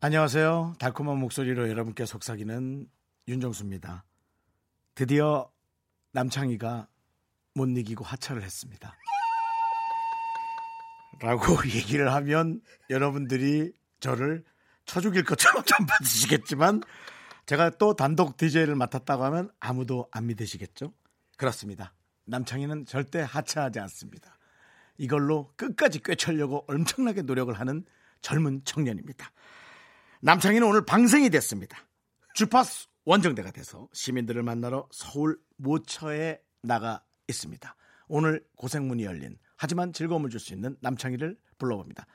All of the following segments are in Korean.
안녕하세요. 달콤한 목소리로 여러분께 속삭이는 윤정수입니다. 드디어 남창희가 못 이기고 하차를 했습니다. 라고 얘기를 하면 여러분들이 저를 쳐죽일 것처럼 좀 받으시겠지만 제가 또 단독 DJ를 맡았다고 하면 아무도 안 믿으시겠죠? 그렇습니다. 남창희는 절대 하차하지 않습니다. 이걸로 끝까지 꿰차려고 엄청나게 노력을 하는 젊은 청년입니다. 남창희는 오늘 방생이 됐습니다. 주파수 원정대가 돼서 시민들을 만나러 서울 모처에 나가 있습니다. 오늘 고생문이 열린 하지만 즐거움을 줄 수 있는 남창희를 불러봅니다.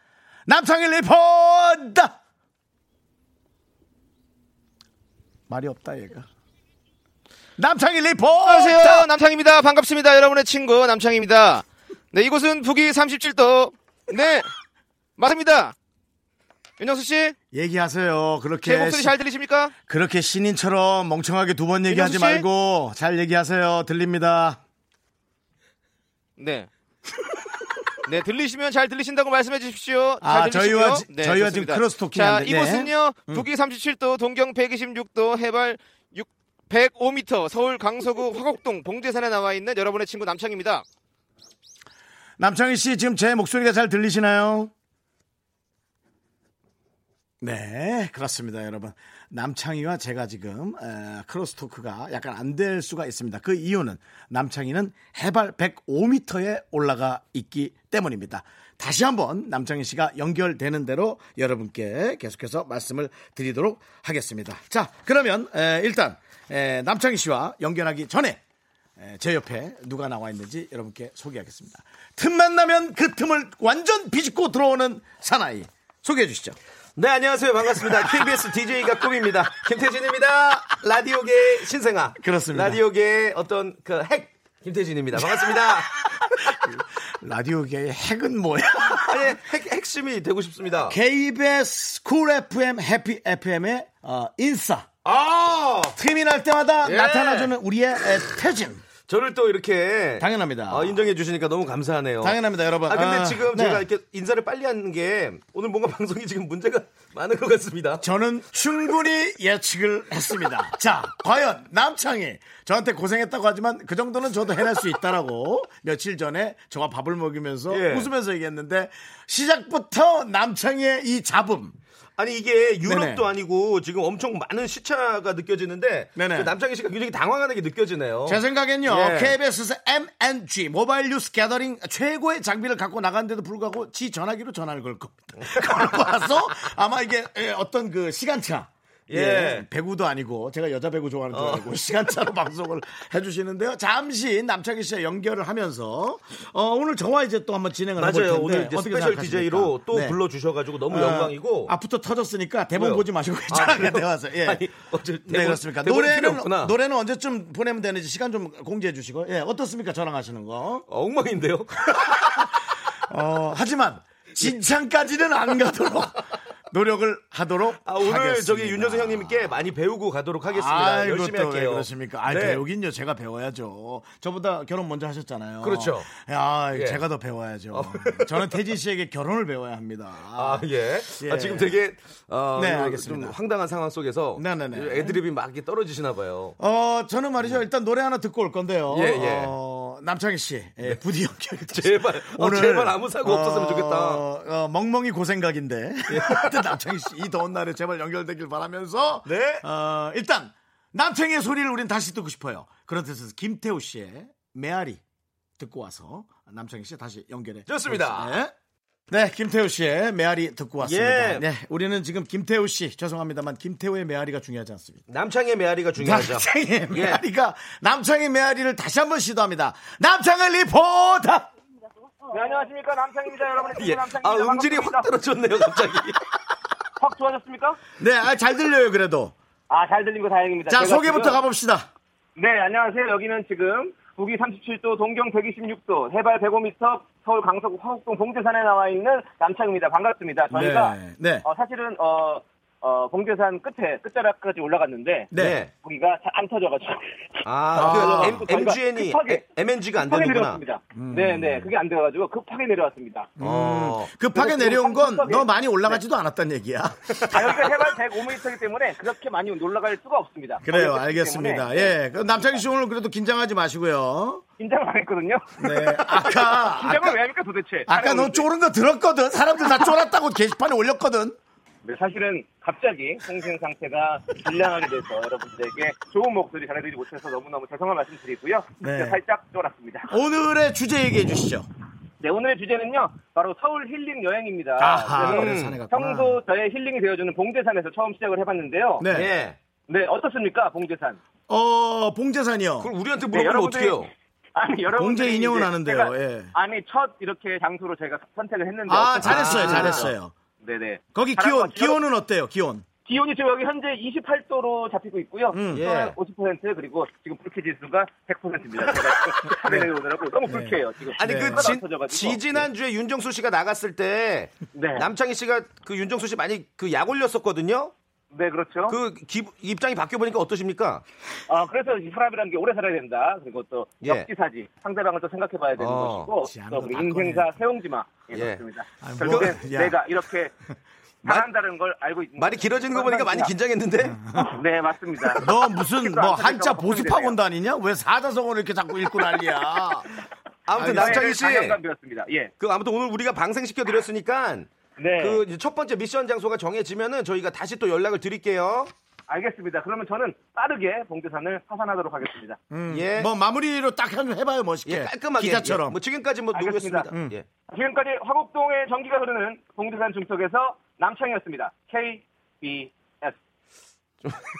남창희 리포트! 말이 없다 얘가. 남창희 리포트! 안녕하세요. 남창입니다. 반갑습니다. 여러분의 친구 남창입니다. 네, 이곳은 북위 37도. 네, 맞습니다. 윤정수 씨, 얘기하세요. 그렇게 제 목소리 네, 시- 잘 들리십니까? 그렇게 신인처럼 멍청하게 두 번 얘기하지 윤정수 씨? 말고 잘 얘기하세요. 들립니다. 네. 네, 들리시면 잘 들리신다고 말씀해 주십시오. 잘 아, 들리시고요. 네, 저희와 지- 저희와 지금 좋습니다. 크로스토킹이 자, 안 돼. 네. 이곳은요. 북위 37도, 동경 126도, 해발 6 105m, 서울 강서구 화곡동 봉제산에 나와 있는 여러분의 친구 남창입니다. 남창희 씨 지금 제 목소리가 잘 들리시나요? 네, 그렇습니다, 여러분. 남창희와 제가 지금 에, 크로스 토크가 약간 안 될 수가 있습니다. 그 이유는 남창희는 해발 105m에 올라가 있기 때문입니다. 다시 한번 남창희 씨가 연결되는 대로 여러분께 계속해서 말씀을 드리도록 하겠습니다. 자, 그러면 에, 일단 에, 남창희 씨와 연결하기 전에 에, 제 옆에 누가 나와 있는지 여러분께 소개하겠습니다. 틈만 나면 그 틈을 완전 비집고 들어오는 사나이 소개해 주시죠. 네, 안녕하세요. 반갑습니다. KBS DJ가 꿈입니다. 김태진입니다. 라디오계의 신생아. 그렇습니다. 라디오계의 어떤 그 핵. 김태진입니다. 반갑습니다. 라디오계의 핵은 뭐야? 아니, 핵, 핵심이 되고 싶습니다. KBS 쿨 FM 해피 FM의 어, 인싸 아! 틈이 날 때마다 예. 나타나주는 우리의 에, 태진 저를 또 이렇게. 당연합니다. 아, 인정해주시니까 너무 감사하네요. 당연합니다, 여러분. 아, 근데 아, 지금 네. 제가 이렇게 인사를 빨리 하는 게 오늘 뭔가 방송이 지금 문제가 많은 것 같습니다. 저는 충분히 예측을 했습니다. 자, 과연 남창이 저한테 고생했다고 하지만 그 정도는 저도 해낼 수 있다라고 며칠 전에 저와 밥을 먹이면서 예. 웃으면서 얘기했는데 시작부터 남창의 이 잡음 아니 이게 유럽도 네네. 아니고 지금 엄청 많은 시차가 느껴지는데 네네. 그 남창희 씨가 굉장히 당황하는 게 느껴지네요. 제 생각엔요 예. KBS에서 MNG 모바일 뉴스 게더링 최고의 장비를 갖고 나갔는데도 불구하고 지 전화기로 전화를 걸 겁니다. 걸고 와서 아마 이게 예, 어떤 그 시간차 예. 예. 어. 배구도 아니고 제가 여자 배구 좋아하는 줄 알고 시간차로 방송을 해주시는데요. 잠시 남창희 씨와 연결을 하면서 어, 오늘 저와 이제 또 한번 진행을 해볼 맞아요. 텐데 오늘 이제 네, 어떻게 스페셜 생각하십니까? DJ로 또 네. 불러주셔가지고 너무 어, 영광이고. 앞부터 터졌으니까 대본 왜요? 보지 마시고 아, 괜찮아요. 그래요? 네, 와서. 예. 아니, 어째 대본- 네, 그렇습니까. 대본이 필요 노래는 없구나. 노래는 언제쯤 보내면 되는지 시간 좀 공지해 주시고. 예, 어떻습니까? 저랑 하시는 거. 어, 엉망인데요? 어, 하지만 진창까지는 안 가도록 노력을 하도록 아, 오늘 하겠습니다. 저기 윤여수 형님께 많이 배우고 가도록 하겠습니다. 아이고, 열심히 또 할게요. 왜 그렇습니까? 아, 네. 배우긴요. 제가 배워야죠. 저보다 결혼 먼저 하셨잖아요. 그렇죠. 야, 예. 제가 더 배워야죠. 어. 저는 태진 씨에게 결혼을 배워야 합니다. 아, 예. 예. 아, 지금 되게 어, 네, 좀 알겠습니다. 황당한 상황 속에서 네네네. 애드립이 막 이렇게 떨어지시나 봐요. 어, 저는 말이죠. 일단 노래 하나 듣고 올 건데요. 예, 예. 어, 남창희 씨, 예, 부디 연결이 됐 제발, 어, 제발 아무 사고 없었으면 좋겠다. 예. 어, 멍멍이 고생각인데. 하여튼 남창희 씨, 이 더운 날에 제발 연결되길 바라면서. 네. 어, 일단, 남창희의 소리를 우린 다시 듣고 싶어요. 그런 뜻에서 김태우 씨의 메아리 듣고 와서 남창희 씨 다시 연결해. 좋습니다. 보겠습니다. 네. 네, 김태우 씨의 메아리 듣고 왔습니다. 예. 네, 우리는 지금 김태우 씨, 죄송합니다만 김태우의 메아리가 중요하지 않습니다. 남창의 메아리가 중요하죠. 남창의 예. 메아리가 남창의 메아리를 다시 한번 시도합니다. 남창의 리포터. 네, 안녕하십니까 남창입니다 여러분의 친구 예. 남창입니다 아, 음질이 확 반갑습니다. 떨어졌네요, 갑자기. 확 좋아졌습니까? 네, 아, 잘 들려요, 그래도. 아, 잘 들린 거 다행입니다. 자, 제가 소개부터 지금- 가봅시다. 네, 안녕하세요. 여기는 지금 북위 37도, 동경 126도, 해발 105m, 서울 강서구 화곡동 봉제산에 나와 있는 남창입니다. 반갑습니다. 저희가 네. 네. 어, 사실은 어, 어, 봉제산 끝에 끝자락까지 올라갔는데 네. 거기가 잘 안 터져가지고 아, 아. 그 M, 저희가 MGN이 급하게- MNG가 안 급하게 되는구나. 내려왔습니다. 음. 네, 네, 그게 안 돼가지고 급하게 내려왔습니다. 어. 급하게 그래서 내려온 지금 건 너 삼성석에- 많이 올라가지도 않았단 얘기야. 아, 여기가 해발 105m이기 때문에 그렇게 많이 올라갈 수가 없습니다. 그래요, 그렇기 알겠습니다. 때문에 예. 그럼 남창희 씨 오늘 그래도 긴장하지 마시고요. 긴장을 안 했거든요. 네. 아까, 긴장을 아까, 왜 합니까 도대체? 아까 너 쫄은 거 들었거든. 사람들 다 쫄았다고 게시판에 올렸거든. 네, 사실은 갑자기 통신 상태가 불량하게 돼서 여러분들에게 좋은 목소리 전해드리지 못해서 너무너무 죄송한 말씀 드리고요. 네. 진짜 살짝 쫄았습니다. 오늘의 주제 얘기해 주시죠. 네, 오늘의 주제는요. 바로 서울 힐링 여행입니다. 아하, 그래서 그래서 산에 갔구나. 평소 저의 힐링이 되어주는 봉제산에서 처음 시작을 해봤는데요. 네. 예. 네, 어떻습니까, 봉제산? 어, 봉제산이요. 그걸 우리한테 물어보면 네, 여러분들이- 어떡해요? 아니, 여러분. 봉제 인형은 아는데요, 예. 아니, 첫 이렇게 장소로 제가 선택을 했는데. 아, 어떠- 잘했어요, 잘했어요. 네네. 거기 사람과 기온, 기온은 어때요, 기온? 기온이 지금 여기 현재 28도로 잡히고 있고요. 음, 예. 50% 그리고 지금 불쾌 지수가 100%입니다. 제가 지금 산에 내려오느라고 너무 불쾌해요. 지금 아니 네. 그 하나도 안 진, 터져가지고. 지지난주에 윤정수 씨가 나갔을 때 네. 남창희 씨가 그 윤정수 씨 많이 그 약 올렸었거든요. 네 그렇죠. 그 기- 입장이 바뀌어 보니까 어떠십니까? 아 그래서 이 사람이라는 게 오래 살아야 된다. 그리고 또 예. 역지사지 상대방을 또 생각해봐야 되는 어, 지, 것이고 아무도 또 우리 바꿔내야지. 인생사 세옹지마 예, 예. 그렇습니다. 아니, 뭐, 결국엔 야. 내가 이렇게 말- 잘한다는 걸 알고 있는 말이 길어지는 거 보니까 많이 긴장했는데. 네 맞습니다. 너 무슨 쉽지도 뭐 않다니까 한자 걱정이 보습학원 되네요. 다니냐? 왜 사자성어를 이렇게 자꾸 읽고 난리야? 아무튼 알겠습니다. 남창희 씨, 강였습니다 예. 그 아무튼 오늘 우리가 방생시켜 드렸으니까 네. 그 이제 첫 번째 미션 장소가 정해지면은 저희가 다시 또 연락을 드릴게요. 알겠습니다. 그러면 저는 빠르게 봉제산을 하산하도록 하겠습니다. 예. 뭐 마무리로 딱 한 번 해봐요, 멋있게. 예, 깔끔하게 네, 기자처럼. 음. 예, 뭐 지금까지 뭐 알겠습니다. 누구였습니다. 예. 지금까지 화곡동의 전기가 흐르는 봉제산 중턱에서 남창이었습니다. KBS.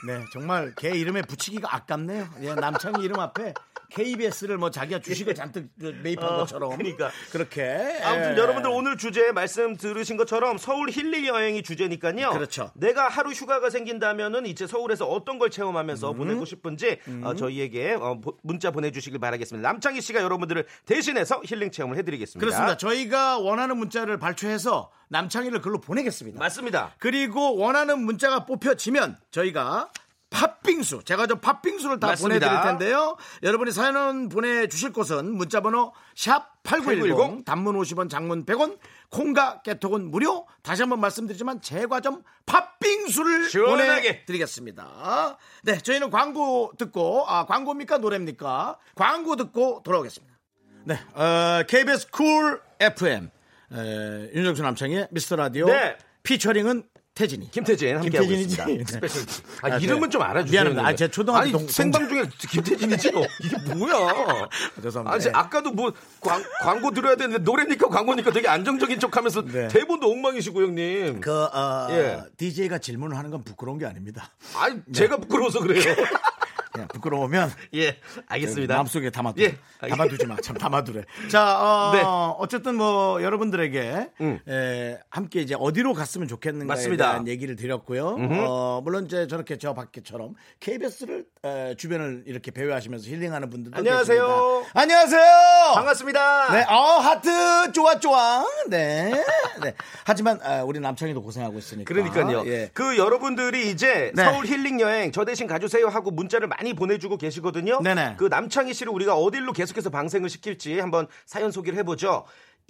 네, 정말 걔 이름에 붙이기가 아깝네요. 예, 남창희 이름 앞에 KBS를 뭐 자기가 주식을 잔뜩 그 매입한 것처럼. 예. 그러니까. 그렇게. 아무튼 예. 여러분들 오늘 주제 말씀 들으신 것처럼 서울 힐링 여행이 주제니까요. 그렇죠. 내가 하루 휴가가 생긴다면은 이제 서울에서 어떤 걸 체험하면서 음. 보내고 싶은지 어, 저희에게 어, 보- 문자 보내주시길 바라겠습니다. 남창희 씨가 여러분들을 대신해서 힐링 체험을 해드리겠습니다. 그렇습니다. 저희가 원하는 문자를 발췌해서 남창희를 글로 보내겠습니다. 맞습니다. 그리고 원하는 문자가 뽑혀지면 저희가 팥빙수 제가 좀 팥빙수를 다 맞습니다. 보내드릴 텐데요 여러분이 사연 보내주실 곳은 문자번호 샵8910 8910. 단문 50원 장문 100원 콩과 깨톡은 무료 다시 한번 말씀드리지만 제과점 팥빙수를 시원하게. 보내드리겠습니다 네 저희는 광고 듣고 아 광고입니까 노래입니까 광고 듣고 돌아오겠습니다 네 어, KBS 쿨 FM 에, 윤정수 남창의 미스터라디오 네. 피처링은 태진이 김태진 함께하고 김태진이지. 네. 있습니다. 스페셜. 아, 아, 이름은 그래. 좀 알아주세요. 미안합니다. 아, 형님. 제 초등학교 아니, 동- 생방 중에 김태진이지. 어, 이게 뭐야? 죄송합니다. 네. 아니, 아까도 뭐 광, 광고 들어야 되는데 노래니까 광고니까 되게 안정적인 척하면서 네. 대본도 엉망이시고 형님. 그 어, 예. DJ가 질문을 하는 건 부끄러운 게 아닙니다. 아니 네. 제가 부끄러워서 그래요. 그냥 부끄러우면 예, 알겠습니다. 마음속에 담아두. 예. 담아두지 마. 참 담아두래. 자, 어, 네. 어쨌든 뭐 여러분들에게 음. 에, 함께 이제 어디로 갔으면 좋겠는가에 맞습니다. 대한 얘기를 드렸고요. 어, 물론 이제 저렇게 저 밖에처럼 KBS를 주변을 이렇게 배회하시면서 힐링하는 분들도 안녕하세요. 계십니다. 안녕하세요. 반갑습니다. 네, 어, 하트, 좋아, 좋아. 네. 네. 하지만, 아, 우리 남창이도 고생하고 있으니까. 그러니까요. 예. 그 여러분들이 이제 네. 서울 힐링 여행 저 대신 가주세요 하고 문자를 많이 보내주고 계시거든요. 네네. 그 남창희 씨를 우리가 어디로 계속해서 방생을 시킬지 한번 사연 소개를 해보죠.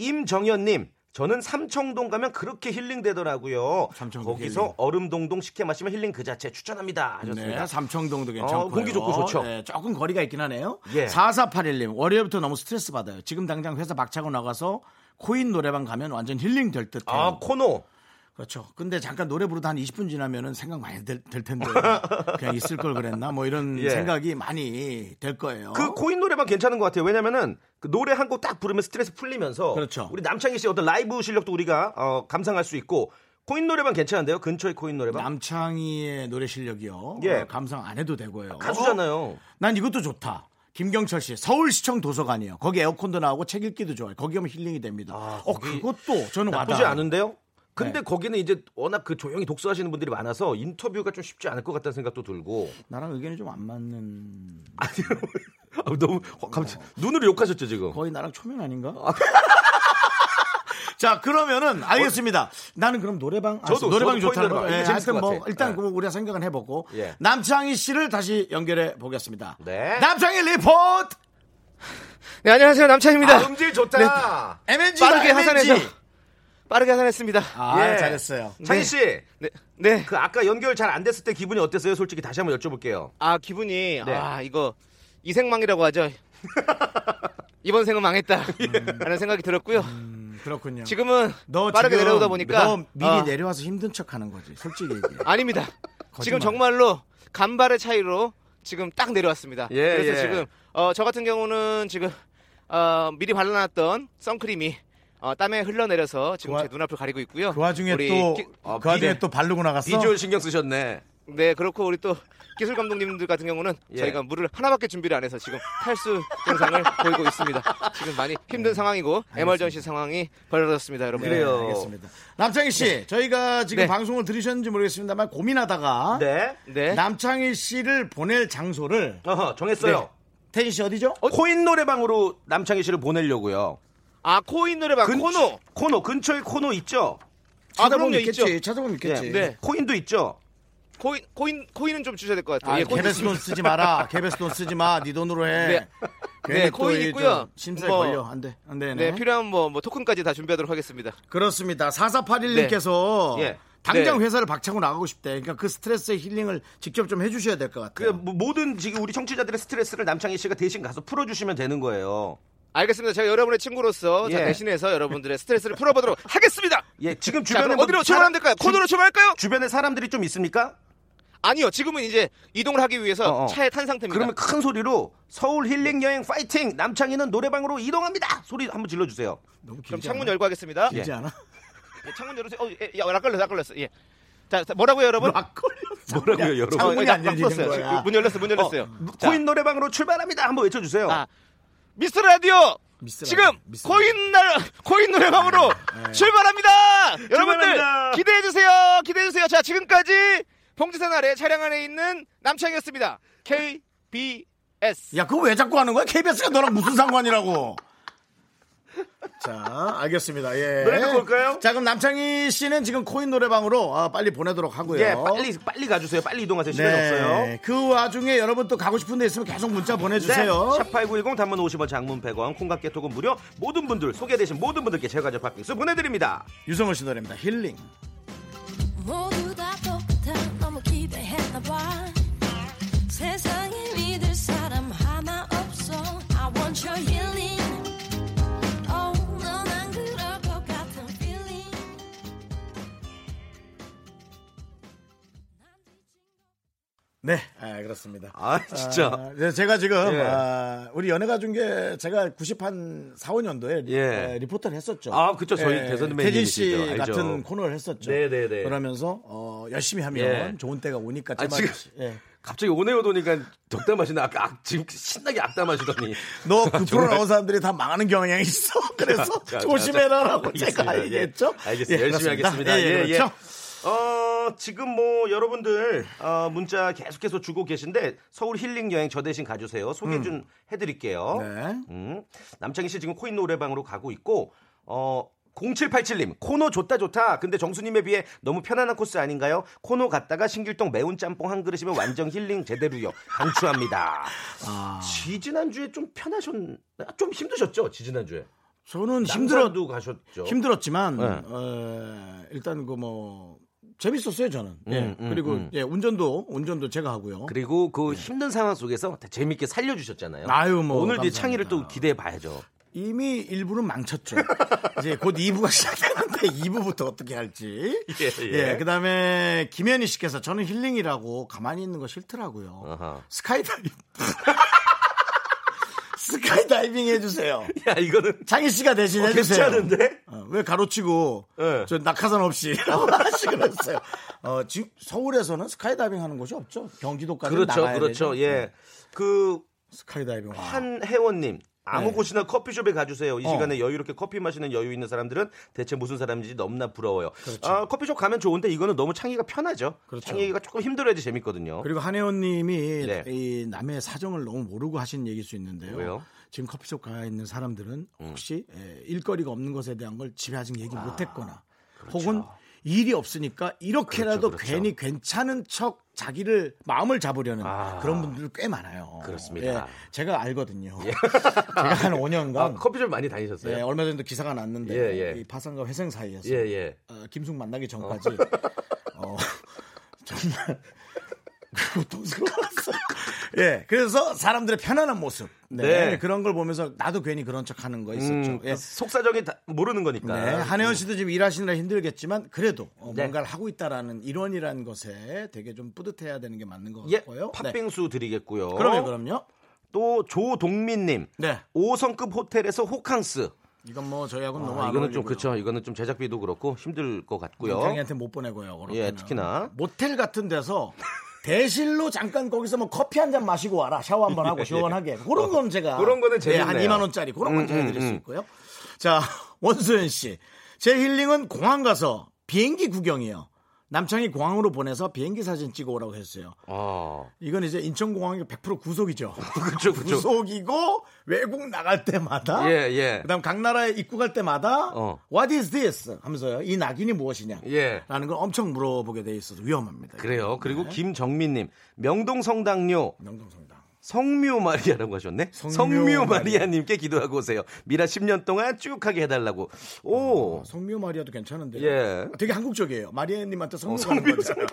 임정현님. 저는 삼청동 가면 그렇게 힐링되더라고요. 삼청동 거기서 힐링. 얼음동동 식혜 마시면 힐링 그 자체 추천합니다. 하셨습니다. 네, 삼청동도 괜찮고. 어, 공기 좋고 좋죠. 조금 거리가 있긴 하네요. 예. 4481님, 월요일부터 너무 스트레스 받아요. 지금 당장 회사 막차고 나가서 코인 노래방 가면 완전 힐링 될 듯해요. 아 코노. 그렇죠. 근데 잠깐 노래 부르다 한 20분 지나면은 생각 많이 될, 될 텐데. 그냥 있을 걸 그랬나? 뭐 이런 예. 생각이 많이 될 거예요. 그 코인 노래방 괜찮은 것 같아요. 왜냐면은 그 노래 한 곡 딱 부르면 스트레스 풀리면서 그렇죠. 우리 남창희 씨 어떤 라이브 실력도 우리가 어, 감상할 수 있고 코인 노래방 괜찮은데요. 근처에 코인 노래방 남창희의 노래 실력이요. 예. 어, 감상 안 해도 되고요. 가수잖아요. 난 이것도 좋다. 김경철 씨 서울시청 도서관이요. 거기 에어컨도 나오고 책 읽기도 좋아요. 거기 가면 힐링이 됩니다. 어 거기 그것도 저는 나쁘지 와닿아요. 네. 않은데요. 근데 거기는 이제 워낙 그 조용히 독서하시는 분들이 많아서 인터뷰가 좀 쉽지 않을 것 같다는 생각도 들고. 나랑 의견이 좀 안 음. 맞는 아니요. 아, 너무 어, 갑자기 눈으로 욕하셨죠 지금. 거의 나랑 초면 아닌가? 그- 자 그러면은 알겠습니다. 나는 그럼 노래방 아, 저도, 노래방이 저도 좋다는 코인 거. 노래방. 예, 이게 재밌을 하여튼 것 뭐 같아. 일단 예. 그거 우리가 생각은 해보고 예. 남창희 씨를 다시 연결해 보겠습니다. 네. 남창희 리포트. 네, 안녕하세요. 남창입니다. 아, 음질 네. 좋다. 예. MNG 가 빠르게 MNG. 하산해서 빠르게 하산했습니다. 아 예. 잘했어요. 창희 씨, 네. 네. 그 아까 연결 잘 안 됐을 때 기분이 어땠어요? 솔직히 다시 한번 여쭤볼게요. 아, 기분이 아, 이거 이생망이라고 하죠. 이번 생은 망했다. 라는 생각이 들었고요. 음, 그렇군요. 지금은 너 빠르게 지금 내려오다 보니까 너 미리 아, 내려와서 힘든 척하는 거지. 솔직히 얘기해. 아닙니다. 지금 정말로 간발의 차이로 지금 딱 내려왔습니다. 예, 그래서 예. 지금 어, 저 같은 경우는 지금 어, 미리 발라놨던 선크림이 어, 땀에 흘러내려서 지금 그 와- 제 눈앞을 가리고 있고요. 그 와중에 우리 또 기- 어, 그 와중에 비대- 또 바르고 나갔어. 비주얼 신경 쓰셨네. 네 그렇고 우리 또 기술 감독님들 같은 경우는 예. 저희가 물을 하나밖에 준비를 안 해서 지금 탈수 영상을 보이고 있습니다. 지금 많이 힘든 상황이고 에멀전시 상황이 벌어졌습니다, 여러분. 그래요. 네, 알겠습니다. 남창희 씨, 저희가 지금 네. 방송을 들으셨는지 모르겠습니다만 고민하다가 네. 네. 남창희 씨를 보낼 장소를 어허, 정했어요. 네. 태진 씨 어디죠? 코인 노래방으로 남창희 씨를 보내려고요. 아 코인 노래방 근- 코노. 코노 근처에 코노 있죠? 아 찾아보면 그럼요 있겠지. 있죠. 찾아보면 있겠지. 예. 네. 코인도 있죠. 코인 코인 코인은 좀 주셔야 될 것 같아요. 아, 예, 코인 개베스 돈 쓰지 마라. 개베스 돈 쓰지 마. 네 돈으로 해. 네. 괜히 네, 또 코인 이저 있고요. 심사에 뭐- 걸려. 안 돼. 안 돼. 네, 네. 필요한 뭐, 뭐 토큰까지 다 준비하도록 하겠습니다. 그렇습니다. 4481님께서 네. 예. 당장 네. 회사를 박차고 나가고 싶대. 그러니까 그 스트레스의 힐링을 직접 좀 해주셔야 될 것 그 네. 같아요. 뭐 모든 지금 우리 청취자들의 스트레스를 남창희 씨가 대신 가서 풀어주시면 되는 거예요. 알겠습니다. 제가 여러분의 친구로서 자, 예. 대신해서 여러분들의 스트레스를 풀어보도록 하겠습니다. 예, 지금 자, 주변에 그럼 뭐 어디로 사- 출발하면 될까요? 주- 코너로 출발할까요? 주변에 사람들이 좀 있습니까? 아니요. 지금은 이제 이동을 하기 위해서 어, 어. 차에 탄 상태입니다. 그러면 큰 소리로 서울 힐링 여행 파이팅 남창희는 노래방으로 이동합니다 소리 한번 질러주세요. 너무 길지 그럼 않아? 창문 열고 하겠습니다. 길지 않아? 예, 창문 열어주세요. 어, 예, 야, 락 걸렸어, 락 걸렸어. 예. 자, 자, 뭐라고요, 여러분? 막 걸렸어. 뭐라고요 여러분? 창문이 어, 예, 안 락 열리는 풀었어요. 거야. 문 열렸어, 문 열렸어요. 자, 코인 노래방으로 출발합니다 한번 외쳐주세요. 아, 미스터 라디오 미스터 지금 라디오, 네, 미스터 코인 날 코인 노래방으로 출발합니다. 여러분들 출발합니다. 기대해 주세요. 기대해 주세요. 자 지금까지 봉지산 아래 차량 안에 있는 남창이었습니다. KBS 야, 그거 왜 자꾸 하는 거야? KBS가 너랑 무슨 상관이라고. 자, 알겠습니다. 예. 노래 듣고 올까요? 자, 그럼 남창희 씨는 지금 코인 노래방으로 아, 빨리 보내도록 하고요. 어? 네. 예 빨리 빨리 가주세요 빨리 이동하세요 시간 네, 이 없어요. 네, 그 와중에 여러분 또 가고 싶은 데 있으면 계속 문자 보내주세요. 샵8910 단문 50원 장문 100원 콩깍 개톡은 무료 모든 분들 소개되신 모든 분들께 제가 저 팥빙수 보내드립니다. 유성호 씨 노래입니다. 힐링. 모두 다 똑같아 너무 기대했나 봐 세상에 믿을 사람 하나 없어 I want your healing oh 넌안 그럴 것 같은 feeling 네, 아, 그렇습니다. 아 진짜 아, 네, 제가 지금 예. 아, 우리 연예가 중계 제가 90한 4, 5년도에 예. 리포터를 했었죠. 예. 아, 그쵸. 저희 대선 태진 씨 선배님이시죠. 알죠. 같은 코너를 했었죠. 네, 네, 네. 그러면서 어, 열심히 하면 예. 좋은 때가 오니까 아, 지금- 제맛이- 예. 갑자기 오네요 도니까 덕담하시나 아까 악- 지금 신나게 악담하시더니 너그 프로 정말. 나온 사람들이 다 망하는 경향이 있어. 그래서 자, 자, 조심해라라고 자, 제가 알겠습니다. 얘기했죠. 예, 알겠습니다. 열심히 그렇습니다. 하겠습니다. 예, 예, 예, 예. 그렇죠. 어, 지금 뭐 여러분들 어, 문자 계속해서 주고 계신데 서울 힐링 여행 저 대신 가주세요. 소개 좀 해드릴게요. 음. 네. 음, 남창희 씨 지금 코인 노래방으로 가고 있고 어. 0787님 코노 좋다 좋다 근데 정수님에 비해 너무 편안한 코스 아닌가요? 코노 갔다가 신길동 매운 짬뽕 한 그릇이면 완전 힐링 제대로요 강추합니다. 아. 지지난주에 좀 편하셨나? 아, 좀 힘드셨죠? 지지난주에 저는 힘들어 남산도 가셨죠? 힘들었지만 네. 어, 일단 그 뭐 재밌었어요 저는. 예. 음, 음, 그리고 음. 예, 운전도 운전도 제가 하고요. 그리고 그 힘든 상황 속에서 재밌게 살려주셨잖아요. 네. 아유, 뭐, 오늘 뒤 감사합니다. 창의를 또 기대해 봐야죠. 이미 일부는 망쳤죠. 이제 곧 2부가 시작되는데 2부부터 어떻게 할지. 예, 예. 그다음에 김현희 씨께서 저는 힐링이라고 가만히 있는 거 싫더라고요. 아하. 스카이다이빙. 스카이다이빙 해주세요. 야 이거는 장희 씨가 대신 어, 해주세요. 괜찮은데? 어, 왜 가로치고 예. 저 낙하산 없이 라고 하시그랬어요 어, 지금 서울에서는 스카이다이빙 하는 곳이 없죠. 예. 어, 경기도까지 그렇죠, 나가야 그렇죠. 되죠. 예, 그 스카이다이빙. 와. 한혜원님 아무 네. 곳이나 커피숍에 가주세요. 이 어. 시간에 여유롭게 커피 마시는 여유 있는 사람들은 대체 무슨 사람인지 너무나 부러워요. 아, 커피숍 가면 좋은데 이거는 너무 창의가 편하죠. 그렇죠. 창의가 조금 힘들어야지 재밌거든요. 그리고 한혜원님이 네. 이 남의 사정을 너무 모르고 하신 얘기일 수 있는데요. 왜요? 음. 지금 커피숍 가 있는 사람들은 혹시 에, 일거리가 없는 것에 대한 걸 집에 아직 얘기 못했거나 혹은 일이 없으니까 이렇게라도 그렇죠, 그렇죠. 괜히 괜찮은 척 자기를 마음을 잡으려는 아. 그런 분들 꽤 많아요. 그렇습니다. 예. 예, 제가 알거든요. 제가 한 5년간 아, 커피숍 많이 다니셨어요? 예, 얼마 전에도 기사가 났는데 예, 예. 이 파산과 회생 사이에서 예, 예. 어, 김숙 만나기 전까지 어, 정말 고통스러웠어요. 예, 그래서 사람들의 편안한 모습, 네, 네. 그런 걸 보면서 나도 괜히 그런 척하는 거 있었죠. 음, 예. 속사정이 다 모르는 거니까. 네, 한혜원 씨도 지금 일하시느라 힘들겠지만 그래도 어, 네. 뭔가를 하고 있다라는 일원이라는 것에 되게 좀 뿌듯해야 되는 게 맞는 것 예, 같고요. 네. 팥빙수 드리겠고요. 그럼요, 그럼요. 또 조동민님, 네, 5성급 호텔에서 호캉스. 이건 뭐 저희하고는 너무 아, 안 이거는 좀 어울리고요. 그렇죠. 이거는 좀 제작비도 그렇고 힘들 것 같고요. 남편이한테 못 보내고요. 그렇다면. 예, 특히나. 모텔 같은 데서 대실로 잠깐 거기서 뭐 커피 한 잔 마시고 와라. 샤워 한 번 하고 시원하게. 그런 건 제가 예. 어, 그런 거는 예, 한 재밌네요. 음, 2만 원짜리 그런 건 제가 드릴 수 있고요. 자, 원수연 씨. 제 힐링은 공항 가서 비행기 구경이요. 남창이 공항으로 보내서 비행기 사진 찍어 오라고 했어요. 어. 이건 이제 인천공항이 100% 구속이죠. 그렇죠, 그렇죠. 구속이고 외국 나갈 때마다 예, 예. 그다음 각 나라에 입국할 때마다 어. What is this? 하면서요. 이 낙인이 무엇이냐? 예. 라는 걸 엄청 물어보게 돼 있어서 위험합니다. 그래요. 그리고 네. 김정민님, 명동 성당요 명동성당. 성묘 마리아라고 하셨네. 성묘 성묘 마리아. 마리아님께 기도하고 오세요. 미라 10년 동안 쭉 하게 해달라고. 오, 성묘 마리아도 괜찮은데. 예. 되게 한국적이에요. 마리아님한테 성묘 어, 가는 성묘, 거잖아요.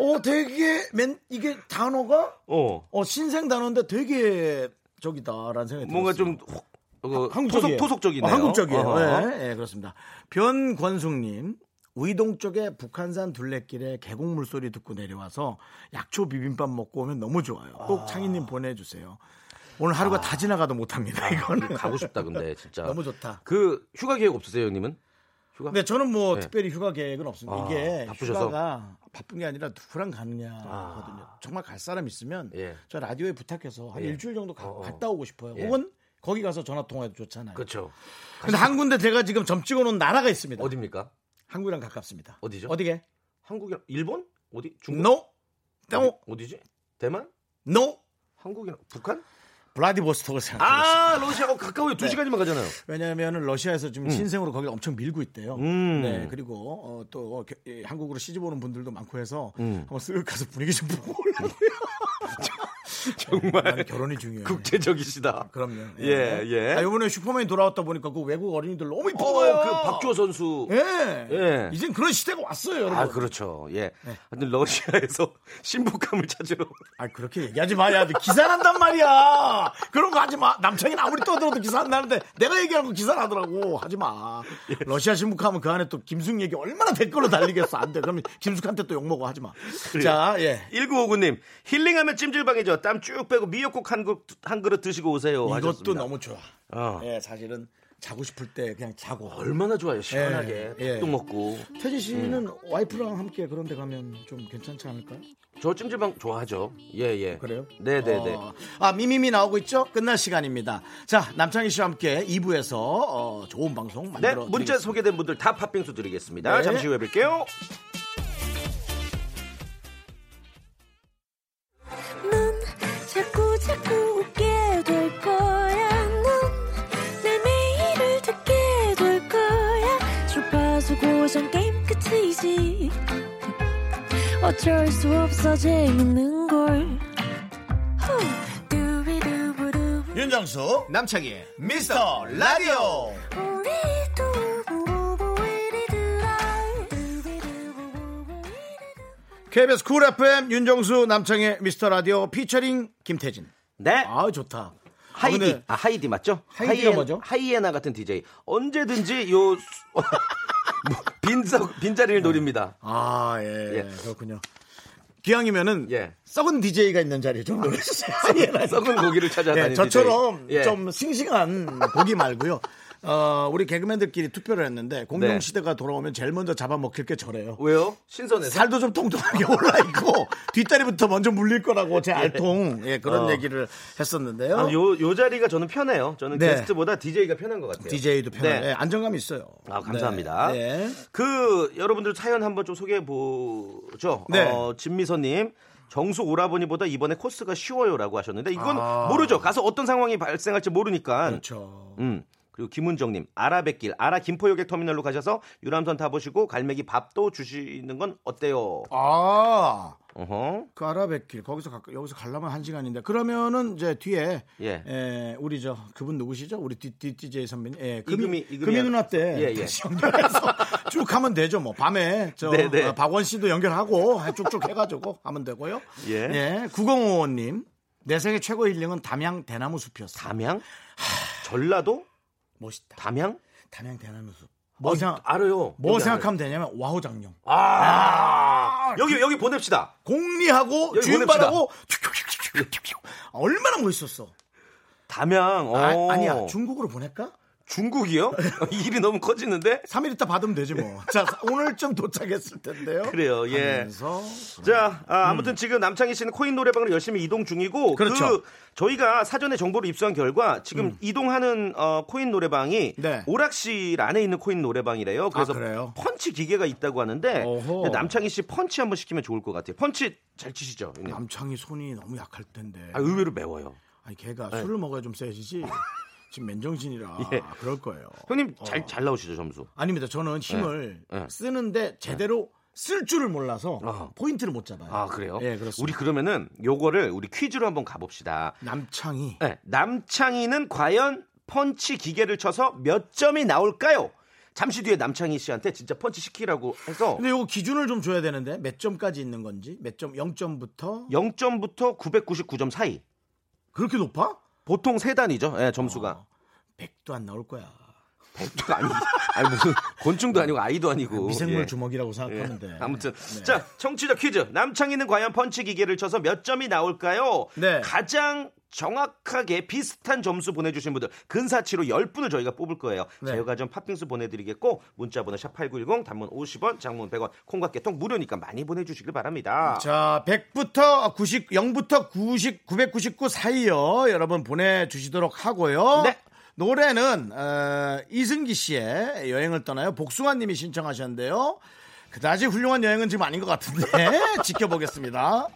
어, 되게 맨 이게 단어가 어, 어 신생 단어인데 되게 저기다라는 생각이 뭔가 들었어요. 좀 혹- 어, 아, 한국적이에요. 토속, 적이네요 어, 한국적이에요. 예, 예, 그렇습니다. 변권숙님. 의동 쪽에 북한산 둘레길에 계곡 물소리 듣고 내려와서 약초 비빔밥 먹고 오면 너무 좋아요. 꼭 창희님 보내주세요. 오늘 하루가 다 지나가도 못합니다. 이거는 아. 가고 싶다 근데 진짜. 너무 좋다. 그 휴가 계획 없으세요, 형님은? 휴가? 근데 저는 뭐 네. 특별히 휴가 계획은 없습니다. 아, 이게 바쁘셔서? 아. 휴가가 바쁜 게 아니라 누구랑 가느냐거든요. 정말 갈 사람 있으면 예. 저 라디오에 부탁해서 한 예. 일주일 정도 가- 어, 어. 갔다 오고 싶어요. 예. 혹은 거기 가서 전화 통화해도 좋잖아요. 그렇죠. 근데 한 군데 제가 지금 점찍어 놓은 나라가 있습니다. 어디입니까? 한국이랑 가깝습니다. 어디죠? 어디게? 한국이랑 일본? 어디? 중국? 노, 땡, 어디, 지 대만? 노, 한국이랑 북한? 블라디보스톡을 생각하고 있습니다. 아, 러시아하고 가까워요. 두 시간이면 가잖아요. 왜냐하면 러시아에서 지금 신생으로 거기를 엄청 밀고 있대요. 음. 네, 그리고 어, 또 어, 겨- 예, 한국으로 시집 오는 분들도 많고 해서 음. 한번 쓱 가서 분위기 좀 보고 오려고요. 정말 나는 결혼이 중요해요. 국제적이시다. 그럼요. 예, 예. 아, 이번에 슈퍼맨이 돌아왔다 보니까 그 외국 어린이들 너무 어, 이뻐요. 그 박주호 선수. 예. 예. 이젠 그런 시대가 왔어요, 여러분. 아, 그렇죠. 예. 네. 하여튼 러시아에서 신부감을 찾으러. 아 그렇게 얘기하지 마야 기사 난단 말이야 그런 거 하지 마 남창이는 아무리 떠들어도 기사 안 나는데 내가 얘기한 거 기사 나더라고 하지 마 예. 러시아 신북하면 그 안에 또 김숙 얘기 얼마나 댓글로 달리겠어 안돼 그럼 김숙한테 또 욕먹어 하지 마자예 1959님, 힐링하면 찜질방이죠. 땀 쭉 빼고 미역국 한 그릇, 한 그릇 드시고 오세요. 이것도 하셨습니다. 너무 좋아 어. 예 사실은 자고 싶을 때 그냥 자고 얼마나 좋아요. 시원하게. 예, 예. 뚝뚝 먹고. 태진 씨는 와이프랑 함께 그런 데 가면 좀 괜찮지 않을까요? 저 찜질방 좋아하죠. 예, 예. 그래요? 네네네. 어, 아, 미미미 나오고 있죠? 끝날 시간입니다. 자, 남창희 씨와 함께 2부에서 어, 좋은 방송 네, 만들어 문자 소개된 분들 다 팥빙수 드리겠습니다. 네. 잠시 후에 뵐게요. 넌 자꾸 자꾸 웃게 될 거야. 넌내 매일을 듣게 될 거야. 주파수 고정 게임 끝이지. 어쩔 수 없어 재밌는 걸. 후. 두비두부두. 윤정수 남창희의 미스터 라디오 우리 두부부부 이리들아. 두비두부부부 이리들아. KBS 쿨 FM 윤정수 남창희의 미스터 라디오 피처링 김태진 네. 아 좋다 하이디. 아, 근데 아, 하이디 맞죠? 하이디가 하이엔- 뭐죠? 하이에나 같은 DJ. 언제든지 요 수- 뭐, 빈석 네. 빈자리를 노립니다. 아, 예, 예. 그렇군요 기왕이면은 예. 썩은 DJ가 있는 자리에 좀 놀아주세요 하이에나. 썩은 고기를 찾아다니는 네. 저처럼 DJ. 예. 좀 싱싱한 고기 말고요 어, 우리 개그맨들끼리 투표를 했는데 공룡시대가 돌아오면 제일 먼저 잡아먹힐 게 저래요. 왜요? 신선해서. 살도 좀 통통하게 올라 있고 뒷다리부터 먼저 물릴 거라고 제 알통 예 그런 어. 얘기를 했었는데요. 아, 요, 요 자리가 저는 편해요. 저는 네. 게스트보다 DJ가 편한 것 같아요. DJ도 편해 네. 안정감이 있어요. 아, 감사합니다. 네. 네. 그 여러분들 사연 한번 좀 소개해 보죠. 네. 어, 진미선님. 정수 오라버니보다 이번에 코스가 쉬워요라고 하셨는데 이건 모르죠. 가서 어떤 상황이 발생할지 모르니까. 아. 그렇죠. 음. 그리고 김은정님 아라뱃길 아라 김포역의 터미널로 가셔서 유람선 타보시고 갈매기 밥도 주시는 건 어때요? 아, 어허. 그 아라뱃길 거기서 가, 여기서 가려면 한 시간인데 그러면은 이제 뒤에 예. 예, 우리 저 그분 누구시죠? 우리 뒤뒤 DJ 선배님. 예, 이금희- 금이 이금희 금이 아- 누나 때 예, 예. 다시 연결해서 쭉 하면 되죠. 뭐 밤에 저 네, 네. 어, 박원 씨도 연결하고 쭉쭉 해가지고 하면 되고요. 예. 예, 9055님 내 생애 최고 힐링은 담양 대나무 숲이었어. 담양? 전라도? 멋있다. 담양? 담양 대나무 숲. 뭐 생각 알아요. 뭐 여기 생각하면 되냐면 와우 장룡. 알아요. 여기 여기 보냅시다. 공리하고 여기 주인발하고 툭툭툭툭툭툭. 얼마나 멋있었어. 담양. 아, 어. 아니야 중국으로 보낼까? 중국이요? 이 일이 너무 커지는데? 3일 있다 받으면 되지 뭐. 자, 오늘쯤 도착했을 텐데요. 그래요, 예. 하면서 자, 아, 무튼 지금 남창희 씨는 코인 노래방으로 열심히 이동 중이고, 그렇죠. 저희가 사전에 정보를 입수한 결과 지금 이동하는 어, 코인 노래방이 네. 오락실 안에 있는 코인 노래방이래요. 그래서 아, 그래요? 펀치 기계가 있다고 하는데 어허. 근데 남창희 씨 펀치 한번 시키면 좋을 것 같아요. 펀치 잘 치시죠? 형님? 남창이 손이 너무 약할 텐데. 아, 의외로 매워요. 아니 걔가 술을 먹어야 좀 세지지. 지금 맨정신이라 네. 예. 그럴 거예요. 형님 잘, 잘 나오시죠 점수? 아닙니다. 저는 힘을 네. 네. 쓰는데 제대로 쓸 줄을 몰라서 어. 포인트를 못 잡아요. 아 그래요? 예, 그렇습니다. 우리 그러면은 요거를 우리 퀴즈로 한번 가봅시다. 남창이 네, 남창희는 과연 펀치 기계를 쳐서 몇 점이 나올까요? 잠시 뒤에 남창희 씨한테 진짜 펀치 시키라고 해서 근데 이거 기준을 좀 줘야 되는데 몇 점까지 있는 건지 몇 점 0점부터 0점부터 999점 사이. 그렇게 높아? 보통 세 단이죠. 예, 어. 점수가. 100도 안 나올 거야. 백도가 아니, 아니 무슨 곤충도 아니고 아이도 아니고. 미생물 예. 주먹이라고 예, 생각하면 돼. 아무튼 네. 자 청취자 퀴즈 남창희는 과연 펀치 기계를 쳐서 몇 점이 나올까요? 네. 가장 정확하게 비슷한 점수 보내주신 분들 근사치로 10분을 저희가 뽑을 거예요 네. 제가 좀 팥빙수 보내드리겠고 문자번호 샵8910 단문 50원 장문 100원 콩과 개통 무료니까 많이 보내주시길 바랍니다 자, 100부터 90, 0부터 90, 999 사이요. 여러분 보내주시도록 하고요. 네. 노래는, 어, 이승기 씨의 여행을 떠나요. 복숭아 님이 신청하셨는데요. 그다지 훌륭한 여행은 지금 아닌 것 같은데. 지켜보겠습니다.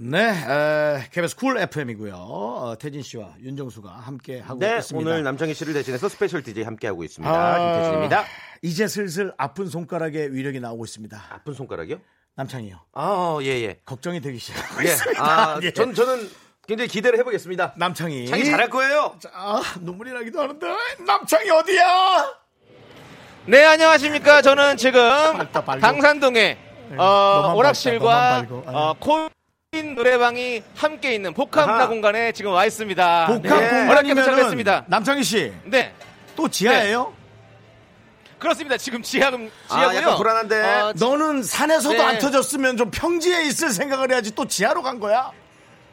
네, 에, KBS 쿨 FM이고요. 어, 태진 씨와 윤정수가 함께 하고 네 있습니다. 오늘 남창희 씨를 대신해서 스페셜 DJ 함께하고 있습니다 아, 김태진입니다 이제 슬슬 아픈 손가락에 위력이 나오고 있습니다. 아픈 손가락이요? 남창이요. 아예예 예. 걱정이 되기 시작하고 예. 있습니다. 아, 예. 네. 전, 저는 굉장히 기대를 해보겠습니다 남창이. 창희 잘할 거예요 아, 눈물이 나기도 하는데 남창이 어디야? 네, 안녕하십니까. 저는 지금 밝다, 밝아. 당산동에 어, 너만 밝다, 오락실과 너만 네. 밝아. 어, 코인 노래방이 함께 있는 복합 문화 아하. 공간에 지금 와 있습니다. 아, 복합 네, 어렵게 공간이면 도착했습니다. 남창희 씨. 네. 또 지하예요? 그렇습니다. 지금 지하금 아, 지하고요. 약간 불안한데. 어, 지- 너는 산에서도 네. 안 터졌으면 좀 평지에 있을 생각을 해야지 또 지하로 간 거야?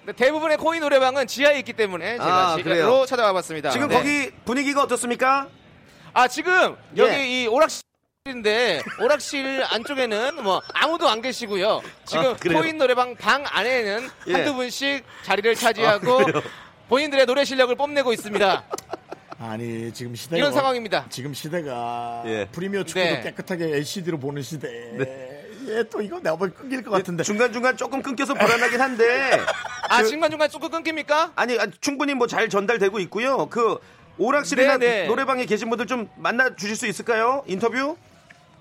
근데 대부분의 코인 노래방은 지하에 있기 때문에 제가 아, 지하로 그래요. 찾아와봤습니다. 지금 네. 거기 분위기가 어떻습니까? 아 지금 여기 예. 이 오락실인데 오락실 안쪽에는 뭐 아무도 안 계시고요. 지금 아, 그래요? 코인 노래방 방 안에는 예. 아, 한두 분씩 자리를 차지하고 본인들의 노래 실력을 뽐내고 있습니다. 아니 지금 시대가 이런 어- 상황입니다. 지금 시대가 예. 프리미어 축구도 네. 깨끗하게 LCD로 보는 시대. 예, 또 이거 내가 보기 끊길 것 같은데. 네. 예, 중간중간 조금 끊겨서 불안하긴 한데 아그 중간 중간 조금 끊깁니까? 아니 아니, 충분히 뭐 잘 전달되고 있고요. 그 오락실이나 네, 네. 노래방에 계신 분들 좀 만나 주실 수 있을까요? 인터뷰?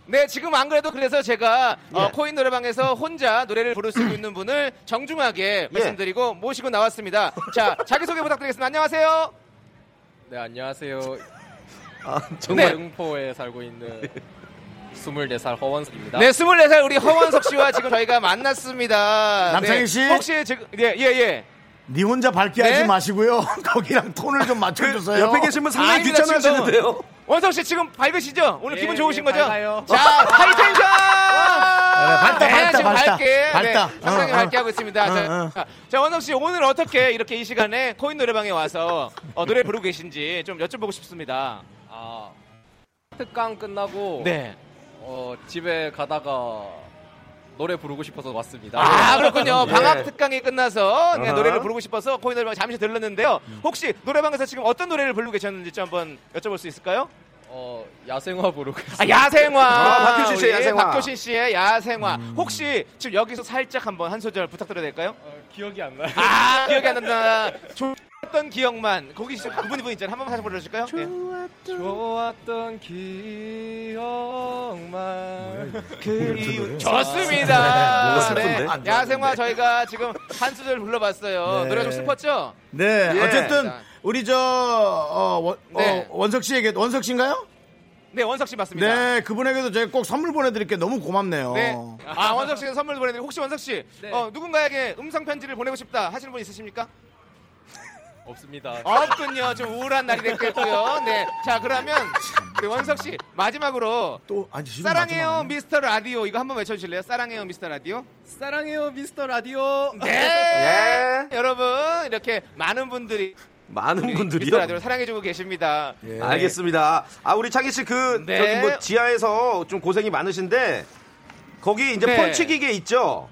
네 지금 안 그래도 그래서 제가 어, 예. 코인 노래방에서 혼자 노래를 부를 수 음. 있는 분을 예. 정중하게 말씀드리고 모시고 나왔습니다. 자 자기 소개 부탁드리겠습니다. 안녕하세요. 네 안녕하세요. 아, 정말. 영포에 살고 있는 24살 허원석입니다. 네, 24살 우리 허원석 씨와 지금 저희가 만났습니다. 남창희 네, 씨? 혹시 지금, 네, 예, 예. 니 혼자 밝게하지 네? 마시고요. 거기랑 톤을 좀 맞춰주세요. 그 옆에 계신 분 상당히 아닙니다, 귀찮아하시는데요. 원석 씨 지금 밝으시죠? 오늘 예, 기분 좋으신 예, 거죠? 밝아요. 자, 하이텐션! 네, 네, 밝다, 밝다, 지금 밝다. 밝게. 밝다. 네, 상당히 어, 밝게 어. 하고 있습니다. 어, 자, 자, 자, 원석 씨 오늘 어떻게 이렇게 이 시간에 코인 노래방에 와서 어, 노래 부르고 계신지 좀 여쭤보고 싶습니다. 아 특강 끝나고 네. 어, 집에 가다가 노래 부르고 싶어서 왔습니다. 아, 그렇군요. 예. 방학 특강이 끝나서 네, 어허. 노래를 부르고 싶어서 코인 노래방 잠시 들렀는데요. 혹시 노래방에서 지금 어떤 노래를 부르고 계셨는지 좀 한번 여쭤볼 수 있을까요? 어, 야생화 부르고 아, 야생화. 아, 박효신 우리 씨의 야생화. 음. 박효신 씨의 야생화. 혹시 지금 여기서 살짝 한번 한 소절 부탁드려도 될까요? 어, 기억이 안 나요. 아, 기억이 안 난다. 좋았던 기억만. 거기 지금 그분이 분 있잖아요. 한번 다시 불러주실까요? 예. 좋았던 기억만 그리운 뭐가 좋습니다. 아, 슬픈데? 네. 야생화 저희가 지금 한 소절 불러봤어요. 네. 노래가 좀 슬펐죠? 네, 예. 어쨌든 우리 저 어, 원, 네. 석 씨에게 원석 씨인가요? 네, 원석 씨 맞습니다. 네, 그분에게도 제가 꼭 선물 보내드릴게 너무 고맙네요. 네. 어. 아, 원석 씨는 선물 보내드리고 혹시 원석 씨 네. 어, 누군가에게 음성 편지를 보내고 싶다 하시는 분 있으십니까? 없습니다. 없군요. 좀 우울한 날이 됐겠고요. 네. 자, 그러면 우리 원석 씨 마지막으로 또 아니 지금 사랑해요 마지막이네. 미스터 라디오 이거 한번 외쳐 주실래요? 사랑해요 미스터 라디오. 사랑해요 미스터 라디오. 네. 여러분, 이렇게 많은 분들이 많은 미스터 분들이요. 라디오를 사랑해 주고 계십니다. 네. 알겠습니다. 아 우리 창희 씨 그 네. 저기 뭐 지하에서 좀 고생이 많으신데 거기 이제 네. 펀치 기계 있죠.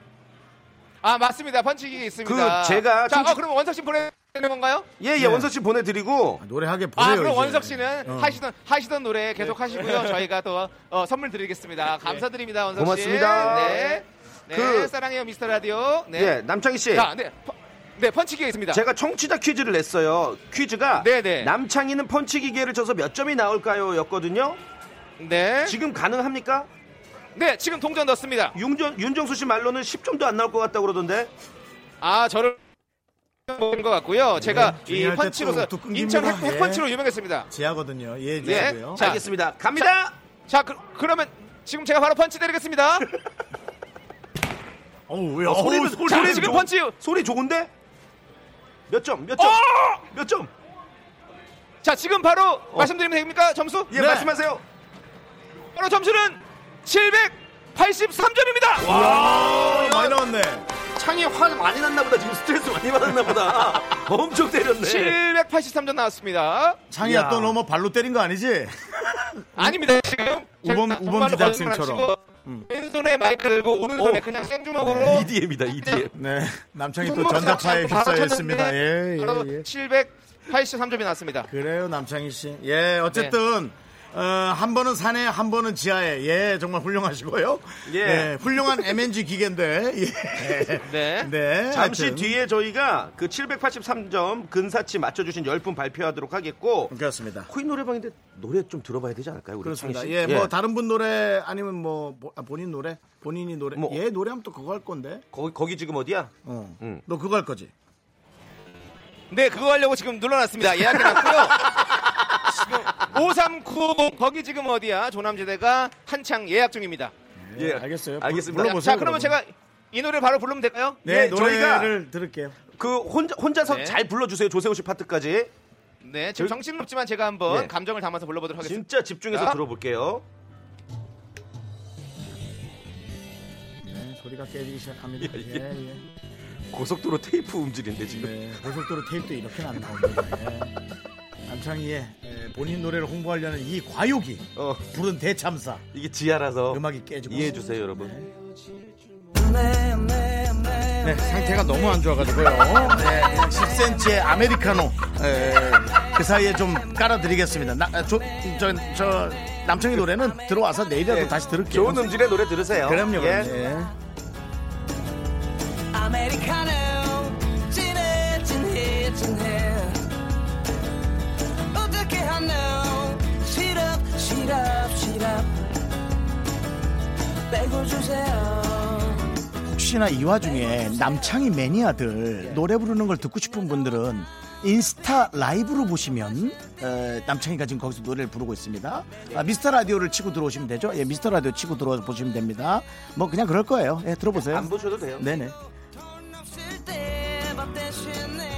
아, 맞습니다. 펀치기가 있습니다. 그 제가 자, 청취- 어, 그럼 원석 씨 보내는 건가요? 예예 네. 원서 씨 보내드리고 노래하게 보세요. 아, 그럼 이제. 원석 씨는 어. 하시던 하시던 노래 계속 하시고요. 저희가 또 어, 선물 드리겠습니다. 감사드립니다, 원석 씨. 고맙습니다. 네. 네, 그- 사랑해요 미스터 라디오. 네. 예 남창희 씨 자, 네. 펀- 네, 펀치기가 있습니다. 제가 청취자 퀴즈를 냈어요. 퀴즈가 네네. 남창희는 펀치 기계를 쳐서 몇 점이 나올까요? 였거든요. 네. 지금 가능합니까? 네, 지금 동전 넣습니다. 윤정, 윤정수 씨 말로는 10점도 안 나올 것 같다 고 그러던데. 아, 저를 보는 것 같고요. 제가 이 주의할 때 펀치로서 또- 또 끊깁니다. 인천 핵, 예. 핵펀치로 유명했습니다. 지하거든요. 예, 네. 지하고요. 자, 알겠습니다. 갑니다. 자, 그, 그러면 지금 제가 바로 펀치 때리겠습니다. 어우, 왜 소리는- 어우, 소리는- 자, 소리 지금 좀- 펀치. 어! 소리 좋은데? 몇 점? 몇 점? 몇 점? 자, 지금 바로 말씀드리면 됩니까? 점수? 네. 예, 말씀하세요. 바로 점수는 783점입니다. 많이 나왔네. 창이 화 많이 났나 보다. 지금 스트레스 많이 받았나 보다. 엄청 때렸네. 783점 나왔습니다. 창이야 야. 또 너무 뭐 발로 때린 거 아니지? 아닙니다 지금 우범- 제가 우범 제작진처럼. 정말로 걸음을 치고 왼손에 마이크 들고 오른손에 그냥 생주먹으로 EDM이다, E EDM. 네, 남창이 또 네, 전자파에 휩싸였습니다. 예, 바로 예, 예. 783점이 나왔습니다. 그래요, 남창희 씨. 예, 어쨌든 네. 어, 한 번은 산에, 한 번은 지하에. 예, 정말 훌륭하시고요. 예. 네, 훌륭한 MNG 기계인데. 예. 네. 네, 잠시 하여튼. 뒤에 저희가 그 783점 근사치 맞춰주신 10분 발표하도록 하겠고, 그렇습니다. 코인 노래방인데 노래 좀 들어봐야 되지 않을까요? 우리 그렇습니다. 창희 씨? 예, 뭐 다른 분 노래 아니면 뭐 보- 아, 본인 노래, 본인이 노래. 뭐. 예, 노래하면 또 그거 할 건데. 거기, 거기 지금 어디야? 어. 음. 너 그거 할 거지? 네, 그거 하려고 지금 눌러놨습니다. 예약해놨고요. 지금 5390 거기 지금 어디야? 조남지대가 한창 예약 중입니다. 예, 네, 알겠어요. 알겠습니다. 불러보세요. 자, 그러면. 그러면 제가 이 노래 바로 부르면 될까요? 네, 예, 노래를 저희가- 들을게요. 그 혼자, 혼자서 네. 잘 불러주세요. 조세호 씨 파트까지. 네, 그 지금 정신은 없지만 제가 한번 예. 감정을 담아서 불러보도록 하겠습니다. 진짜 집중해서 자. 아! 들어볼게요. 네, 소리가 깨지기 시작합니다. 예, 예. 고속도로 테이프 음질인데 지금. 네, 고속도로 테이프도 이렇게 안 나옵니다. 예. 남창희의 예, 본인 노래를 홍보하려는 이 과욕이 어, 부른 대참사 이게 지하라서 네. 음악이 깨지고 이해해 주세요, 여러분. 네, 상태가 너무 안 좋아가지고요. 네, 10cm의 아메리카노 예, 그 사이에 좀 깔아드리겠습니다. 나, 아, 저, 저, 저 남창희 노래는 들어와서 내일이라도 예, 다시 들을게요. 좋은 음질의 노래 들으세요. 그럼요, 그럼요. 예. 예. 아메리카노 진해 진해 진해 어떻게 하노 시럽 시럽 시럽 빼고 주세요 혹시나 이 와중에 남창희 매니아들 노래 부르는 걸 듣고 싶은 분들은 인스타 라이브로 보시면 에, 남창희가 지금 거기서 노래를 부르고 있습니다. 아, 미스터 라디오를 치고 들어오시면 되죠. 예, 미스터 라디오 치고 들어보시면 됩니다. 뭐 그냥 그럴 거예요. 예, 들어보세요. 안 보셔도 돼요. 네네. 돈 없을 때 밥 대신에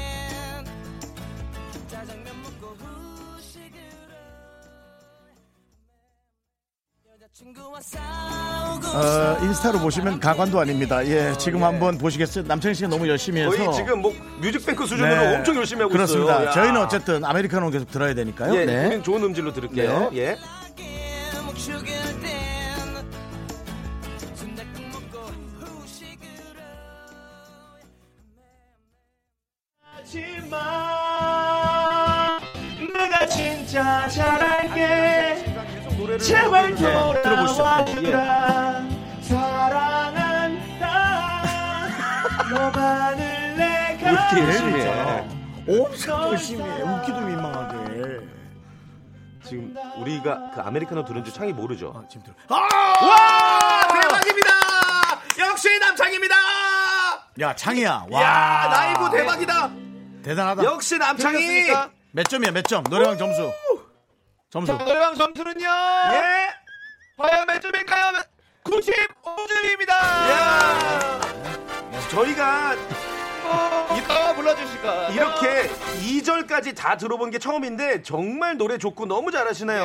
친구와 싸우고 어, 인스타로 보시면 가관도 아닙니다. 예, 지금 한번 보시겠어요? 남창희 씨가 너무 열심히 해서 거의 지금 뭐 뮤직뱅크 수준으로 네. 엄청 열심히 하고 그렇습니다. 있어요. 야. 저희는 어쨌든 아메리카노 계속 들어야 되니까요. 예, 네. 본인 좋은 음질로 들을게요. 네. 예. 하게 목 죽일 땐 순댓국 먹고 후식으로 내가 진짜 잘할게 제발 네, 들어보시죠. 돌아와주라 사랑한다 너만을 내가 이렇게 열심히 해. 진짜. 엄청 열심히 해. 웃기도 민망하게. 지금 우리가 그 아메리카노 들은 줄 창이 모르죠. 아, 지금 들어. 와 대박입니다. 역시 남창입니다. 야, 창희야. 와. 야 아, 라이브 뭐 대박이다. 대단하다. 역시 남창이. 들으셨습니까? 몇 점이야, 몇 점? 노래방 점수. 점수. 노래방 점수는요. 예. 과연 몇 점일까요? 95점입니다. 야. 저희가 이따가 불러주실까? 이렇게 2절까지 다 들어본 게 처음인데 정말 노래 좋고 너무 잘하시네요.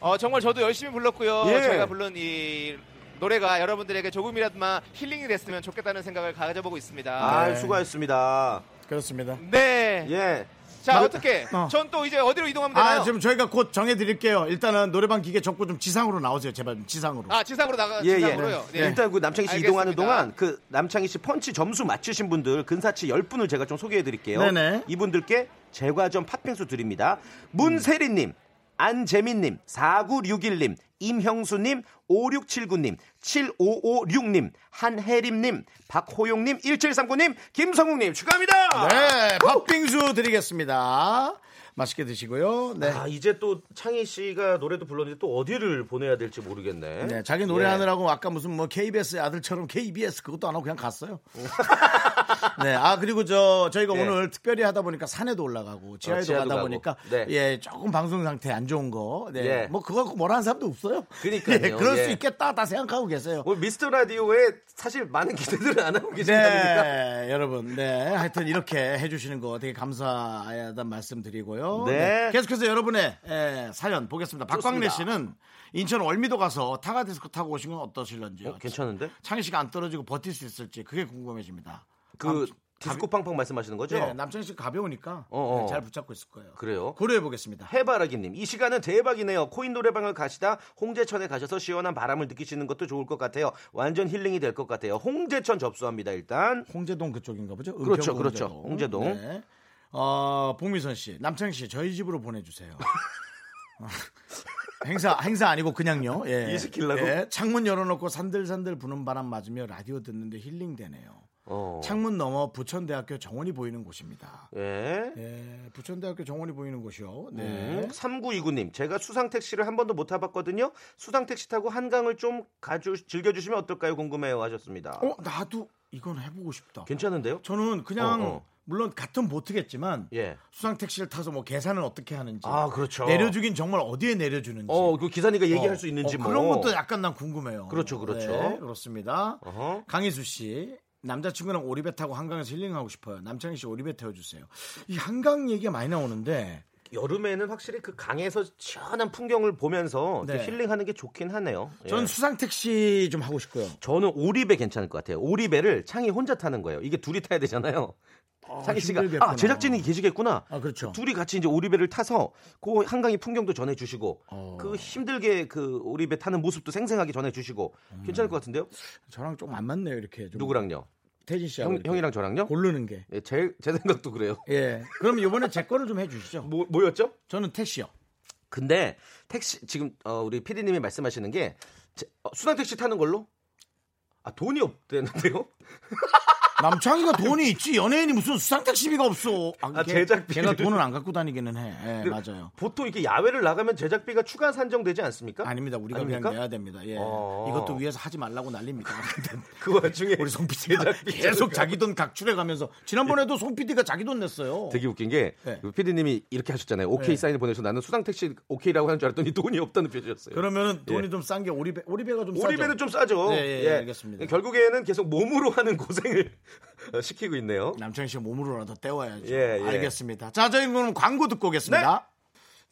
어, 정말 저도 열심히 불렀고요. 예. 저희가 부른 이 노래가 여러분들에게 조금이라도만 힐링이 됐으면 좋겠다는 생각을 가져보고 있습니다. 아, 수고하셨습니다. 그렇습니다. 아, 네. 예. 자, 어떻게? 어. 전 또 이제 어디로 이동하면 되나요? 아, 아, 지금 저희가 곧 정해드릴게요. 일단은 노래방 기계 접고 좀 지상으로 나오세요. 제발 좀 지상으로. 아, 지상으로 나가 예, 예. 지상으로요. 예. 일단 그 남창희 씨 이동하는 알겠습니다. 동안 그 남창희 씨 펀치 점수 맞추신 분들 근사치 10분을 제가 좀 소개해 드릴게요. 네네. 이분들께 제과점 팥빙수 드립니다. 문세리 님, 안재민 님, 4961님, 임형수 님, 5679 님, 7556 님, 한혜림 님, 박호용 님, 1739 님, 김성욱 님 축하합니다. 네, 팥빙수 드리겠습니다. 맛있게 드시고요. 네. 아, 이제 또 창희 씨가 노래도 불렀는데 또 어디를 보내야 될지 모르겠네. 예. 네, 자기 노래하느라고 아까 무슨 뭐 KBS 의 아들처럼 KBS 그것도 안 하고 그냥 갔어요. 네, 아 그리고 저 저희가 예. 어, 오늘 특별히 하다 보니까 산에도 올라가고 지하에도, 지하도 가다 가고. 보니까 네. 예 조금 방송 상태 안 좋은 거, 네, 예. 뭐 그거 갖고 뭐라 하는 사람도 없어요. 그러니까요. 예, 그럴 예. 수 있겠다 다 생각하고 계세요. 오늘 미스터 라디오에 사실 많은 기대들을 안 하고 계신다니까. 네, 여러분, 네, 하여튼 이렇게 해주시는 거 되게 감사하단 말씀드리고요. 네. 계속해서 여러분의 에, 사연 보겠습니다. 박광래 좋습니다. 씨는 인천 월미도 가서 타가 디스코 타고 오신 건 어떠실런지요? 어, 괜찮은데? 창희 씨가 안 떨어지고 버틸 수 있을지 그게 궁금해집니다. 그 남- 디스코 팡팡 말씀하시는 거죠? 네, 남창희 씨가 가벼우니까 어, 어. 네, 잘 붙잡고 있을 거예요. 그래요. 고려해 보겠습니다. 해바라기님, 이 시간은 대박이네요. 코인 노래방을 가시다 홍제천에 가셔서 시원한 바람을 느끼시는 것도 좋을 것 같아요. 완전 힐링이 될 것 같아요. 홍제천 접수합니다. 일단 홍제동 그쪽인가 보죠? 그렇죠, 은평구 그렇죠. 홍제동. 네. 어, 봉미선 씨, 남창희 씨, 저희 집으로 보내주세요. 어, 행사 행사 아니고 그냥요. 예. 일 시키려고? 예, 창문 열어놓고 산들산들 부는 바람 맞으며 라디오 듣는데 힐링되네요. 어. 창문 너머 부천대학교 정원이 보이는 곳입니다. 예. 예, 부천대학교 정원이 보이는 곳이요. 네. 3929님, 음, 제가 수상 택시를 한 번도 못 타봤거든요. 수상 택시 타고 한강을 좀 가주 즐겨주시면 어떨까요? 궁금해요. 하셨습니다. 어, 나도 이건 해보고 싶다. 괜찮은데요? 저는 그냥 어, 어. 물론 같은 보트겠지만 예. 수상 택시를 타서 뭐 계산을 어떻게 하는지 아, 그렇죠. 내려주긴 정말 어디에 내려주는지 어, 그 기사님과 얘기할 어, 수 있는지 어, 뭐 그런 것도 약간 난 궁금해요. 그렇죠, 그렇죠. 네, 그렇습니다. 어허. 강희수 씨 남자친구랑 오리배 타고 한강에서 힐링하고 싶어요. 남창희 씨 오리배 태워주세요. 이 한강 얘기가 많이 나오는데 여름에는 확실히 그 강에서 시원한 풍경을 보면서 이렇게 네. 힐링하는 게 좋긴 하네요. 예. 전 수상 택시 좀 하고 싶고요. 저는 오리배 괜찮을 것 같아요. 오리배를 창이 혼자 타는 거예요. 이게 둘이 타야 되잖아요. 창희 씨가 힘들겠구나. 아 제작진이 계시겠구나. 아 그렇죠. 둘이 같이 이제 오리배를 타서 그 한강의 풍경도 전해주시고 어. 그 힘들게 그 오리배 타는 모습도 생생하게 전해주시고 괜찮을 것 같은데요? 저랑 좀 안 맞네요 이렇게 좀 누구랑요? 태진 씨하고 형, 이렇게 형이랑 저랑요? 고르는 게. 예, 제, 제 생각도 그래요. 예. 그럼 이번에 제 거를 좀 해주시죠. 뭐, 뭐였죠? 저는 택시요. 근데 택시 지금 어, 우리 피디님이 말씀하시는 게 제- 어, 수상 택시 타는 걸로 아 돈이 없대는데요? 남창이가 돈이 있지 연예인이 무슨 수상 택시비가 없어. 아, 제작비를- 네. 걔가 돈을 안 갖고 다니기는 해. 예, 맞아요. 보통 이렇게 야외를 나가면 제작비가 추가 산정되지 않습니까? 아닙니다. 우리가 아닙니까? 그냥 내야 됩니다. 예. 어. 이것도 위해서 하지 말라고 난립니다. 근데 그 와중에 우리 송 PD가 계속 자기 돈 각출해 가면서 지난번에도 송 PD가 자기 돈 냈어요. 되게 웃긴 게그 네. 피디님이 이렇게 하셨잖아요. 오케이 네. 사인을 보내서 나는 수상 택시 오케이라고 하는 줄 알았더니 돈이 없다는 표시였어요. 그러면은 돈이 예. 좀 싼 게 오리배 오리배가 좀 싸죠. 오리배는 좀 싸죠. 네, 예, 알겠습니다. 결국에는 계속 몸으로 하는 고생을 시키고 있네요. 남창희 씨 몸으로라도 때워야죠. 예, 네. 예. 알겠습니다. 자, 저희는 그럼 광고 듣고 오겠습니다.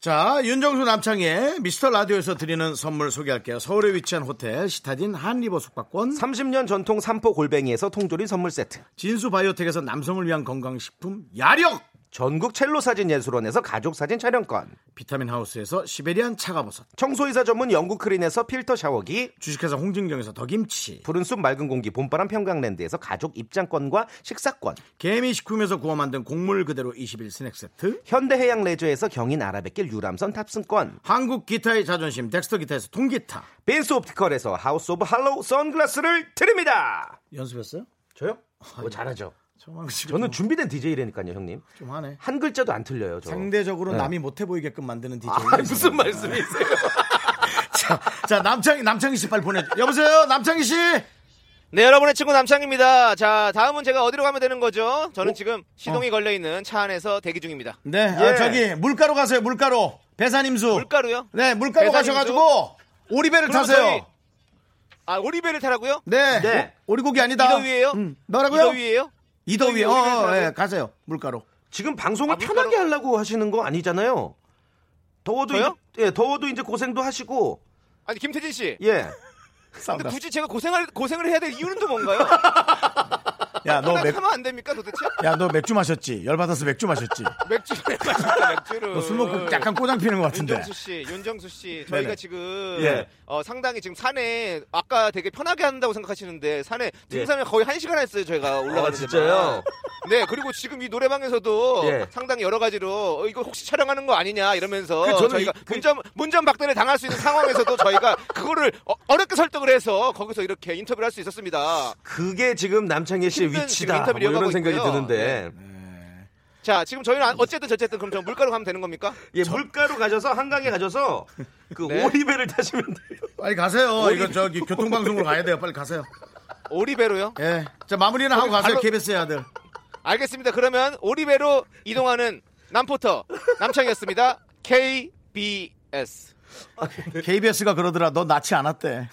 자, 윤정수 남창의 미스터 라디오에서 드리는 선물 소개할게요. 서울에 위치한 호텔 시타딘 한리버 숙박권, 30년 전통 삼포 골뱅이에서 통조림 선물 세트. 진수 바이오텍에서 남성을 위한 건강식품 야력, 전국 첼로 사진 예술원에서 가족 사진 촬영권. 비타민 하우스에서 시베리안 차가버섯, 청소이사 전문 영국 크린에서 필터 샤워기. 주식회사 홍진경에서 더김치, 푸른 숲 맑은 공기 봄바람 평강랜드에서 가족 입장권과 식사권. 개미식품에서 구워 만든 곡물 그대로 21 스낵 세트, 현대해양 레저에서 경인 아라뱃길 유람선 탑승권. 한국 기타의 자존심 덱스터 기타에서 통기타. 빈스 옵티컬에서 하우스 오브 할로우 선글라스를 드립니다. 연습했어요? 아, 저요? 뭐 잘하죠. 저만 지금 저는 준비된 DJ라니까요, 형님. 좀 하네. 네. 한 글자도 안 틀려요, 저. 상대적으로 남이 못해 보이게끔 만드는 DJ. 아, 무슨 말씀이세요? 자, 자 남창희 남창희 씨 빨리 보내. 여보세요, 남창희 씨. 네, 여러분의 친구 남창입니다. 자, 다음은 제가 어디로 가면 되는 거죠? 저는 지금 시동이 걸려 있는 차 안에서 대기 중입니다. 네, 아, 저기 물가로 가세요. 물가로 배산임수. 예. 물가루요? 네, 물가로 배산임수? 가셔가지고 오리배를 그러면 타세요. 저희- 아, 오리배를 타라고요? 네, 네. 오- 오리고기 아니다. 이더위예요? 음, 너라고요? 이더위예요? 이더위. 이더위 오리배를 어, 타라고요? 예, 가세요. 물가로. 지금 방송을 아, 물가로- 편하게 하려고 하시는 거 아니잖아요. 더워도 저요? 이- 예, 더워도 이제 고생도 하시고 아니, 김태진 씨. 예. 싸우다. 근데 굳이 제가 고생할, 고생을 해야 될 이유는 또 뭔가요? 야, 너 하나 맥, 하면 안 됩니까, 도대체? 야, 너 맥주 마셨지? 열 받아서 맥주 마셨지? 맥주를 마십니다, 맥주를. 너 술 먹고 약간 꼬장 피는 것 같은데. 윤정수 씨, 윤정수 씨, 저희가 네네. 지금 예. 어, 상당히 지금 산에 아까 되게 편하게 한다고 생각하시는데 산에 등산을 거의 한 시간 했어요 저희가 올라가는 예. 아, 진짜요? 데만. 네 그리고 지금 이 노래방에서도 예. 상당히 여러 가지로 어, 이거 혹시 촬영하는 거 아니냐 이러면서 그 저는 저희가 이- 그- 문전 문전 박대를 당할 수 있는 상황에서도 저희가 그거를 어, 렵게 설득을 해서 거기서 이렇게 인터뷰를 할 수 있었습니다. 그게 지금 남창희 씨의 힘든 지금 위치다. 뭐 인터뷰를 이런 이어가고 생각이 있고요. 예. 드는데. 자 지금 저희는 안- 어쨌든 저쨌든 그럼 저 물가로 가면 되는 겁니까? 예, 물가로 가셔서 한강에 가셔서 그 네. 오리배를 타시면 돼요. 빨리 가세요. 이거 저기 교통방송으로 가야 돼요. 빨리 가세요. 오리배로요? 예. 자, 마무리는 하고 가세요. 발로- KBS 아들. 알겠습니다. 그러면 오리배로 이동하는 남포터 남창이었습니다. KBS. KBS가 그러더라. 너 낳지 않았대.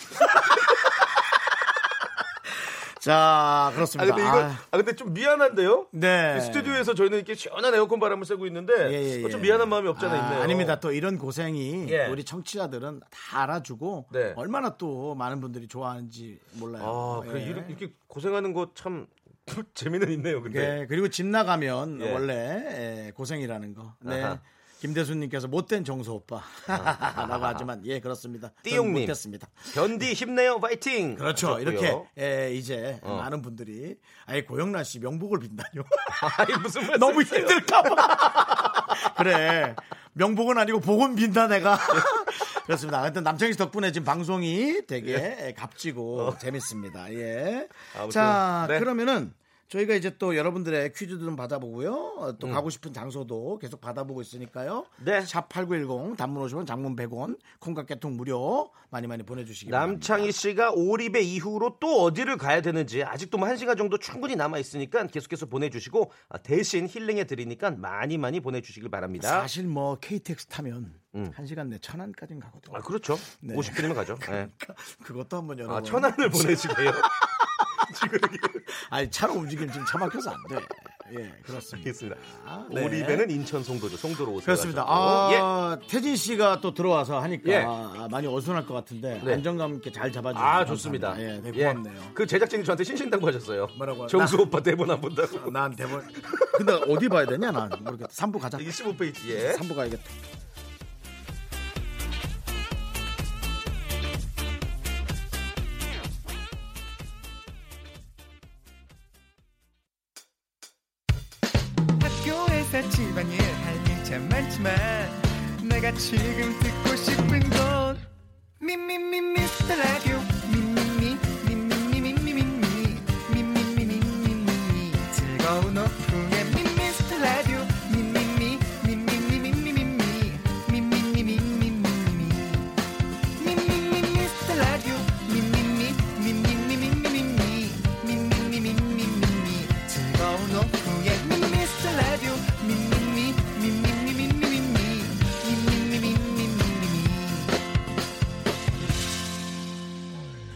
자, 아 그렇습니다. 근데 이거 아, 아 근데 좀 미안한데요? 네. 그 스튜디오에서 저희는 이렇게 시원한 에어컨 바람을 쐬고 있는데 예, 예, 어, 좀 예. 미안한 마음이 없잖아요. 아, 있네요. 아닙니다. 또 이런 고생이 예. 우리 청취자들은 다 알아주고 네. 얼마나 또 많은 분들이 좋아하는지 몰라요. 아, 그래 예. 이렇게, 이렇게 고생하는 거 참 재미는 있네요. 근데 예, 그리고 집 나가면 예. 원래 예, 고생이라는 거. 네. 아하. 김대수님께서 못된 정수 오빠라고 하지만 예 그렇습니다. 저는 띠용님. 못했습니다. 견디 힘내요, 파이팅. 그렇죠. 하셨고요. 어. 이렇게 예, 이제 많은 분들이 아예 고영란 씨 명복을 빈다뇨. 아이 무슨 말? 너무 힘들까봐. 그래. 명복은 아니고 복은 빈다 내가. 그렇습니다. 하여튼 남창희 씨 덕분에 지금 방송이 되게 값지고 재밌습니다. 예. 예. 어. 아무튼, 자, 네. 그러면은 저희가 이제 또 여러분들의 퀴즈도 좀 받아보고요. 어, 또 가고 싶은 장소도 계속 받아보고 있으니까요. 음. 네. 샵8910 단문 50원, 장문 100원, 콩깍개통 무료 많이 많이 보내주시기 바랍니다. 남창희 씨가 오리배 이후로 또 어디를 가야 되는지 아직도 뭐 1시간 정도 충분히 남아 있으니까 계속해서 보내주시고 아, 대신 힐링해 드리니까 많이 많이 보내주시길 바랍니다. 사실 뭐 KTX 타면 음. 한시간 내 천안까지는 가거든요. 아 그렇죠. 50분이면 가죠. 예. 네. 그, 그것도 한번 여러분. 아 천안을 보내시게요. 지금 아니 차로 움직이면 지금 차 막혀서 안 돼. 예, 그렇습니다. 알겠습니다. 네. 오리배는 인천 송도죠. 송도로 오세요. 그렇습니다. 하셨고. 아, 태진 씨가 또 들어와서 하니까 예. 아, 많이 어수선할 것 같은데 네. 안정감 있게 잘 예. 잡아주셔서 아 좋습니다. 감사합니다. 예, 되게 예. 고맙네요. 그 제작진이 저한테 신신당부하셨어요. 뭐라고 하나? 정수 오빠 대본 안 본다고. 난 대본. 근데 어디 봐야 되냐? 난 모르겠다. 3부 가자. 25페이지에 예. 3부 가야겠다. 학교에서 집안일 할 일 참 많지만 내가 지금 듣고 싶은 건 미미미 미스터 라디오 미미미 미미미 미미미 미미미 미미미 즐거운 오후에 미스터 라디오 미미미 미미미 미미미 미미미 미미미 미미미 미스터 라디오 미미미 미미미 미미미 미미미 미미미 즐거운 오후에 미스터 라디오 미미미 미미미 미미미 미미미 미미미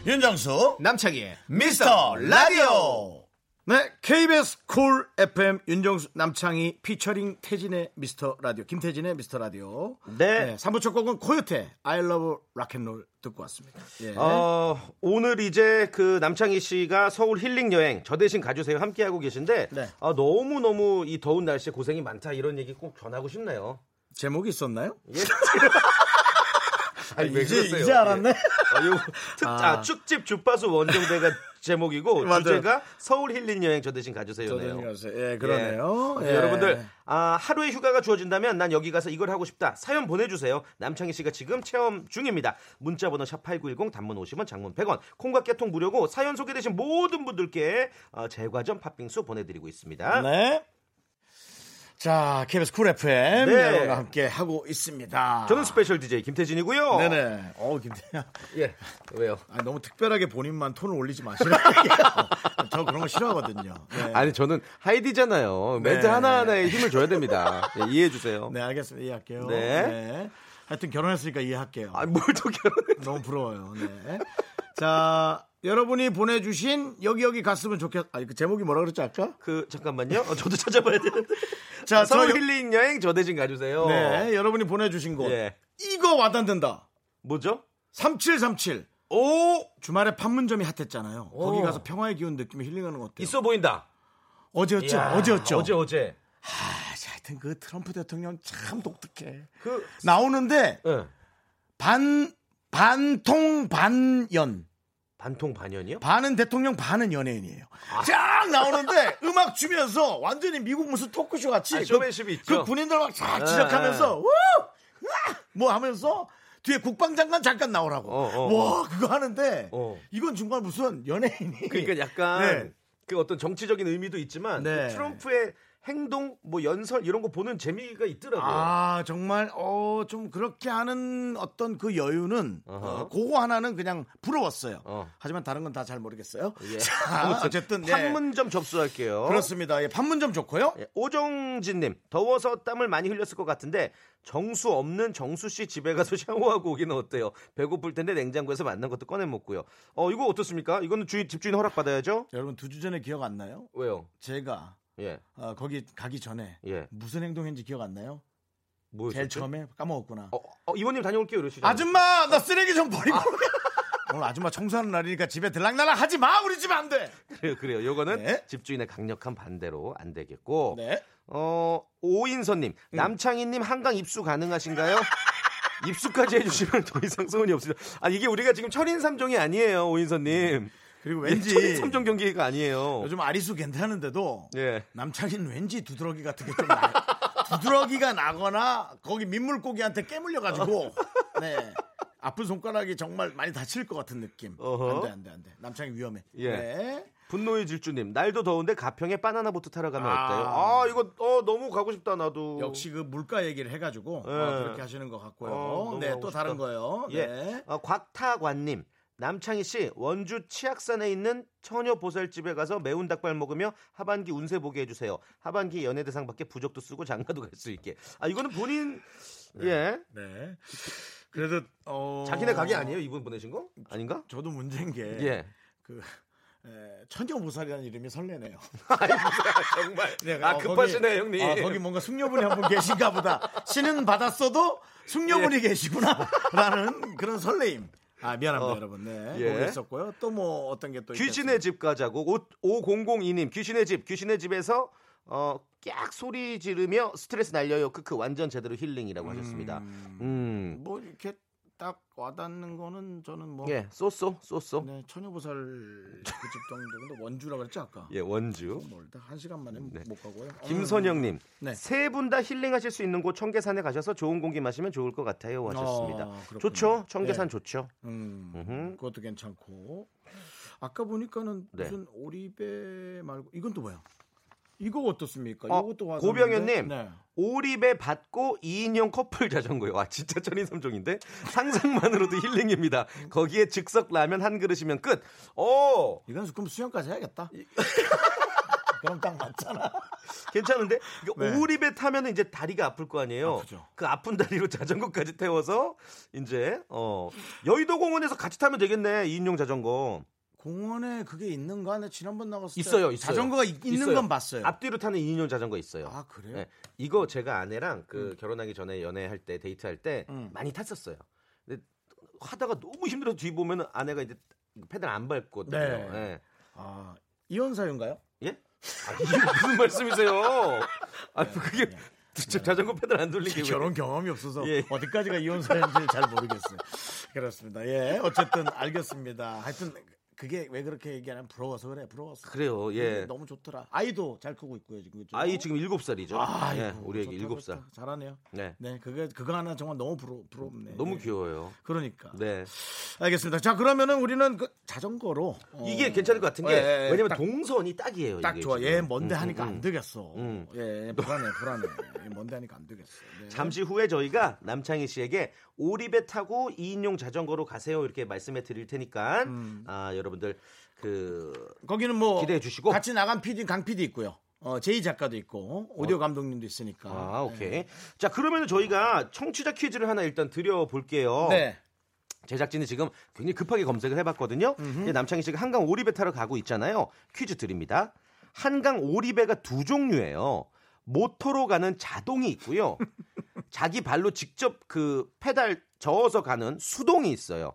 윤정수 남창희의 미스터 라디오. 네, KBS 콜 FM 윤정수 남창희 피처링 태진의 미스터 라디오 김태진의 미스터 라디오. 네. 3부 첫 곡은 코요태 I Love Rock'n'Roll 듣고 왔습니다. 예. 어, 오늘 이제 그 남창희 씨가 서울 힐링 여행 저 대신 가주세요 함께 하고 계신데 네. 아, 너무 너무 이 더운 날씨에 고생이 많다 이런 얘기 꼭 전하고 싶네요. 제목이 있었나요? 예. 아니, 왜 이제 그러세요? 이제 알았네. 예. 아, 요 특, 아. 아. 축집 주파수 원정대가 제목이고 맞아요. 주제가 서울 힐링 여행 저 대신 가주세요. 저도 가세요. 예, 그러네요. 예. 여러분들 아, 하루의 휴가가 주어진다면 난 여기 가서 이걸 하고 싶다. 사연 보내주세요. 남창희 씨가 지금 체험 중입니다. 문자번호 샵 #8910 단문 50원, 장문 100원. 콩과 깨통 무료고 사연 소개되신 모든 분들께 어, 제과점 팥빙수 보내드리고 있습니다. 네. 자, KBS 쿨 FM 네. 여러분과 함께 하고 있습니다. 저는 스페셜 DJ 김태진이고요. 네네. 어, 김태현. 예. 왜요? 아, 너무 특별하게 본인만 톤을 올리지 마시라고. 저 그런 거 싫어하거든요. 네. 아니 저는 하이디잖아요. 멘트 네. 하나하나에 힘을 줘야 됩니다. 예, 이해해 주세요. 네, 알겠습니다. 이해할게요. 네. 네. 하여튼 결혼했으니까 이해할게요. 아, 뭘또 결혼해? 너무 부러워요. 네. 자, 여러분이 보내주신 여기 여기 갔으면 좋겠. 아니 그 제목이 뭐라 그랬지 아까? 그 잠깐만요. 어, 저도 찾아봐야 되는데. 자, 서울 저 여- 힐링 여행 저 대신 가주세요. 네, 여러분이 보내주신 곳. 어. 예. 이거 와닿는다. 뭐죠? 3737. 오 주말에 판문점이 핫했잖아요. 거기 가서 평화의 기운 느낌에 힐링하는 것 같아요. 있어 보인다. 어제였죠? 이야, 어제였죠? 어제 어제. 아, 자, 하여튼 그 트럼프 대통령 참 독특해. 그 나오는데 예. 반 반통 반연. 반통 반연이요? 반은 대통령, 반은 연예인이에요. 아. 쫙 나오는데 음악 주면서 완전히 미국 무슨 토크쇼 같이 아, 그- 쇼맨십이 있죠. 그 군인들 막 쫙 네, 지적하면서 네. 우! 으아! 뭐 하면서 뒤에 국방장관 잠깐 나오라고. 어, 어, 와 그거 하는데 어. 이건 중간 무슨 연예인이. 그러니까 약간 네. 그 어떤 정치적인 의미도 있지만 네. 그 트럼프의 행동 뭐 연설 이런 거 보는 재미가 있더라고요. 아 정말 어 좀 그렇게 하는 어떤 그 여유는 어허. 어, 그거 하나는 그냥 부러웠어요. 어. 하지만 다른 건 다 잘 모르겠어요. 예. 자, 어쨌든 예. 판문점 접수할게요. 그렇습니다. 예, 판문점 좋고요. 예, 오정진님 더워서 땀을 많이 흘렸을 것 같은데 정수 없는 정수 씨 집에 가서 샤워하고 오기는 어때요? 배고플 텐데 냉장고에서 만난 것도 꺼내 먹고요. 어 이거 어떻습니까? 이거는 주인 집주인 허락 받아야죠. 여러분 두 주 전에 기억 안 나요? 왜요? 제가 예, 어, 거기 가기 전에 예. 무슨 행동했는지 기억 안 나요? 뭐였죠? 제일 처음에 까먹었구나. 어, 어, 이모님 다녀올게요 이러시죠. 아줌마 나 쓰레기 좀 버리고 오늘 아줌마 청소하는 날이니까 집에 들락날락 하지 마 우리 집 안 돼. 그래요, 그래요. 요거는 네. 집주인의 강력한 반대로 안 되겠고. 네. 음. 어 오인선님, 남창희님 한강 입수 가능하신가요? 입수까지 해주시면 더 이상 소원이 없습니다. 아 이게 우리가 지금 철인 삼종이 아니에요, 음. 오인선님. 그리고 왠지 철인 예, 삼종 경기가 아니에요. 요즘 아리수 괜찮은데도 예. 남창인 왠지 두드러기 같은 게 좀 나. 두드러기가 나거나 거기 민물고기한테 깨물려 가지고 어. 네. 아픈 손가락이 정말 많이 다칠 것 같은 느낌. 어허. 안돼 안돼 안돼. 남창이 위험해. 예. 네. 분노의 질주님, 날도 더운데 가평에 바나나 보트 타러 가면 아. 어때요? 아 이거 어 너무 가고 싶다 나도. 역시 그 물가 얘기를 해가지고 예. 어, 그렇게 하시는 것 같고요. 어, 너무 네, 하고 또 싶다. 다른 거요. 예. 네. 어, 곽타관님. 남창희 씨 원주 치악산에 있는 처녀 보살집에 가서 매운 닭발 먹으며 하반기 운세 보게 해주세요. 하반기 연예대상 밖에 부적도 쓰고 장가도 갈 수 있게. 아 이거는 본인 예 네. 그래도 어... 자기네 가게 아니에요 이분 보내신 거 아닌가? 저도 문제인 게 예. 그, 에, 천녀보살이라는 이름이 설레네요. 아니 정말. 네, 아 어, 급하시네 거기, 형님. 아, 거기 뭔가 숙녀분이 한 분 계신가 보다. 신은 받았어도 예. 숙녀분이 계시구나라는 그런 설레임. 아 미안합니다 어, 여러분. 네, 예. 그거 있었고요. 또 뭐 어떤 게 또 귀신의 집 가자고 5002님 귀신의 집 귀신의 집에서 어 깍 소리 지르며 스트레스 날려요 크크 완전 제대로 힐링이라고 하셨습니다. 음. 뭐 이렇게 딱 와닿는 거는 저는 뭐 예, 쏘쏘 쏘쏘. 네, 천여보살 그집 정도 근데 원주라 그랬지 아까. 예, 원주. 멀다 한 시간 만에 네. 못 가고요. 어, 김선영님, 음. 네. 세 분 다 힐링하실 수 있는 곳 청계산에 가셔서 좋은 공기 마시면 좋을 것 같아요. 하셨습니다. 아, 그렇군요. 좋죠? 청계산 네. 좋죠? 음, 음흠. 그것도 괜찮고 아까 보니까는 네. 무슨 오리배 말고 이건 또 뭐야? 이거 어떻습니까? 어, 이것도 와닿는데? 고병현님. 네. 오리배 받고 2인용 커플 자전거요. 아, 진짜 천인삼종인데? 상상만으로도 힐링입니다. 음. 거기에 즉석 라면 한 그릇이면 끝. 어, 이건 그럼 수영까지 해야겠다. 그럼 딱 맞잖아. 괜찮은데? 이거 네. 오리배 타면 이제 다리가 아플 거 아니에요? 아프죠. 그 아픈 다리로 자전거까지 태워서, 이제, 어, 여의도 공원에서 같이 타면 되겠네. 2인용 자전거. 공원에 그게 있는가? 나 지난번 나갔을 때 있어요, 있어요. 자전거가 있, 는건 봤어요. 앞뒤로 타는 2인용 자전거 있어요. 아, 그래요? 네. 이거 제가 아내랑 그 결혼하기 전에 연애할 때 데이트할 때 음. 많이 탔었어요. 근데 하다가 너무 힘들어서 뒤 보면은 아내가 이제 페달 안 밟고 네. 때려요. 아, 이혼 사유인가요? 예? 아, 이게 무슨 말씀이세요? 아, 그게 직접 자전거 페달 안 돌리게 왜- 네. 결혼 경험이 없어서 예. 어디까지가 이혼 사유인지 잘 모르겠어요. 그렇습니다. 예, 어쨌든 알겠습니다. 하여튼 그게 왜 그렇게 얘기하면 부러워서 그래, 부러워서. 그래요. 예, 예. 너무 좋더라. 아이도 잘 크고 있고요 지금. 그죠? 아이 지금 7살이죠. 아, 예, 아이고, 우리 애기 좋다, 7살. 좋다. 잘하네요. 네. 네, 그게 그거 하나 정말 너무 부러, 부럽네. 너무 예. 귀여워요. 그러니까. 네. 알겠습니다. 자, 그러면은 우리는 그 자전거로 어, 이게 괜찮을 것 같은 게 예, 예, 예. 왜냐면 딱- 동선이 딱이에요. 딱 이게 좋아. 예, 뭐. 지금. 얘 뭔데 음, 하니까 음, 안 음. 되겠어. 음. 예, 예, 불안해, 불안해. 얘 뭔데 하니까 안 되겠어. 네. 잠시 후에 저희가 남창희 씨에게 오리배 타고 2인용 자전거로 가세요 이렇게 말씀해 드릴 테니까 음. 아 여러분들 그 거기는 뭐 기대해 주시고. 같이 나간 PD 강 PD 있고요. 어, 제이 작가도 있고 오디오 감독님도 있으니까. 어? 아, 오케이. 자, 그러면 저희가 청취자 퀴즈를 하나 일단 드려볼게요. 네. 제작진이 지금 굉장히 급하게 검색을 해봤거든요. 이제 남창희 씨가 한강 오리배 타러 가고 있잖아요. 퀴즈 드립니다. 한강 오리배가 두 종류예요. 모터로 가는 자동이 있고요. 자기 발로 직접 그 페달 저어서 가는 수동이 있어요.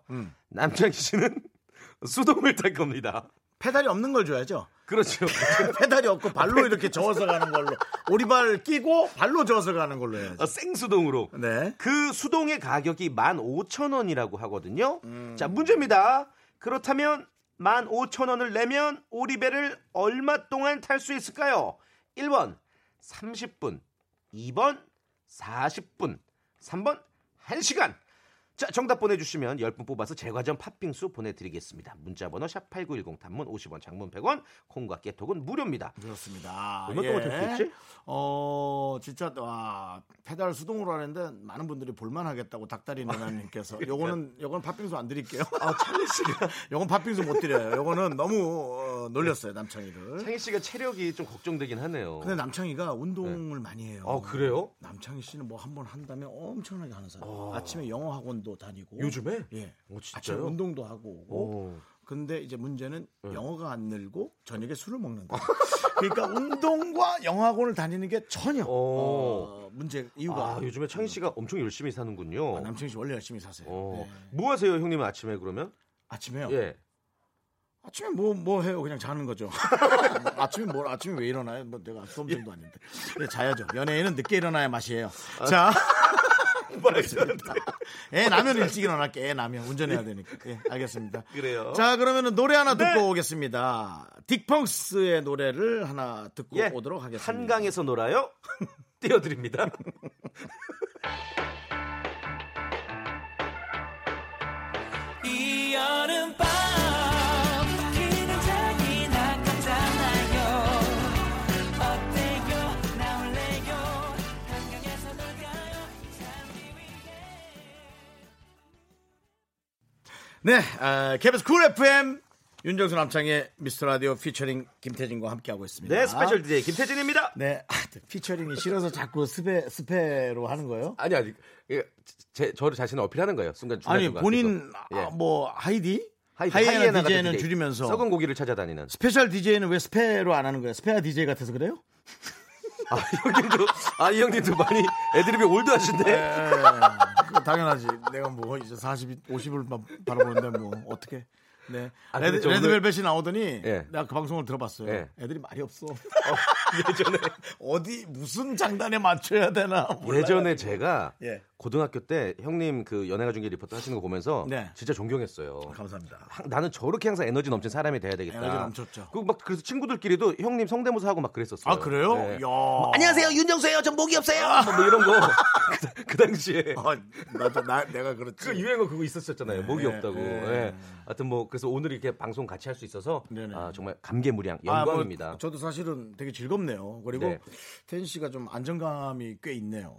남창희 씨는 수동을 탈 겁니다. 페달이 없는 걸 줘야죠. 그렇죠. 페달이 없고 발로 이렇게 저어서 가는 걸로 오리발 끼고 발로 저어서 가는 걸로 해야죠. 어, 생수동으로. 네. 그 수동의 가격이 15,000원이라고 하거든요. 자, 문제입니다. 그렇다면 15,000원을 내면 오리배를 얼마 동안 탈 수 있을까요? 1번 30분, 2번 40분, 3번 1시간. 자, 정답 보내주시면 10분 뽑아서 제과점 팥빙수 보내드리겠습니다. 문자번호 샵8910 단문 50원, 장문 100원, 콩과 깨톡은 무료입니다. 그렇습니다. 예. 얼마 동안 탈수 있지? 어, 진짜 와 페달 수동으로 하는데 많은 분들이 볼만하겠다고 닭다리 아, 누나님께서 요거는 요건 팥빙수 안 드릴게요. 아 창희 씨가 요건 팥빙수 못 드려요. 요거는 너무 어, 놀렸어요 남창희를. 창희 씨가 체력이 좀 걱정되긴 하네요. 근데 남창희가 운동을 많이 해요. 아, 그래요? 남창희 씨는 뭐 한 번 한다면 엄청나게 하는 사람. 아침에 영어 학원도 다니고. 요즘에? 예. 어, 진짜요? 아침에 운동도 하고 오고. 오. 네. 근데 이제 문제는 영어가 안 늘고 저녁에 술을 먹는다. 그러니까 운동과 영어 학원을 다니는 게 전혀 어. 어, 문제 이유가 아, 요즘에 창희 씨가 엄청 열심히 사는군요. 아, 남창희 씨 원래 열심히 사세요. 어. 예. 뭐 하세요, 형님 아침에 그러면? 아침에요. 예. 아침에 뭐 뭐 해요? 그냥 자는 거죠. 아침에 뭘 아침에 왜 일어나요? 뭐 내가 수험생도 아닌데. 예, 자야죠. 연예인은 늦게 일어나야 맛이에요. 아. 자. 뭐 알겠습니다. 애 나면 예, 일찍 일어날게. 애 나면 운전해야 되니까. 예, 알겠습니다. 그래요. 네. 자, 그러면은 노래 하나 듣고 오겠습니다. 딕펑스의 노래를 하나 듣고 예. 뭐 오도록 하겠습니다. 한강에서 놀아요? 띄워드립니다. 이 여름밤 그냥 자기 나 같잖아요 어때요 나올래요 한강에서 놀까요 잠기 위해 네, 아, KBS 쿨 FM 윤정수 남창의 미스터 라디오 피처링 김태진과 함께하고 있습니다. 네, 스페셜 DJ 김태진입니다. 네, 아, 피처링이 싫어서 자꾸 스페 스페로 하는 거예요? 아니, 아니. 예, 제, 저를 자신을 어필하는 거예요. 순간 중간 아니 중간 본인 계속. 예. 아, 뭐 하이디 하이- 하이에나 같은 DJ는 DJ. 줄이면서 썩은 고기를 찾아다니는. 스페셜 DJ는 왜 스페로 안 하는 거예요? 스페아 DJ 같아서 그래요? 아, 이 형님도, 아, 이 형님도 많이 애드립이 올드하신데. 예, 그거 당연하지. 내가 뭐 이제 40, 50을 바라보는데 뭐 어떻게? 네. 아, 근데 레드, 저 오늘- 레드벨벳이 나오더니 예. 내가 그 방송을 들어봤어요. 예. 애들이 말이 없어. 예전에. 어디 무슨 장단에 맞춰야 되나 몰라요. 예전에 제가 예. 고등학교 때 형님 그 연예가 중계 리포터 하시는 거 보면서 네. 진짜 존경했어요. 감사합니다. 항- 나는 저렇게 항상 에너지 넘친 사람이 돼야 되겠다. 에너지 넘쳤죠. 그막 그래서 친구들끼리도 형님 성대모사 하고 막 그랬었어요. 아 그래요? 네. 야. 뭐, 안녕하세요 윤정수예요. 전 목이 없어요. 뭐, 뭐 이런 거. 그, 그 당시에 아, 나도 나 내가 그렇지. 그 유행어 그거 있었었잖아요. 목이 네, 없다고. 네. 예. 하여튼 뭐 그래서 오늘 이렇게 방송 같이 할 수 있어서 네, 네. 아, 정말 감개무량 아, 뭐, 영광입니다. 아, 저도 사실은 되게 즐겁네요. 그리고 네. 텐 씨가 좀 안정감이 꽤 있네요.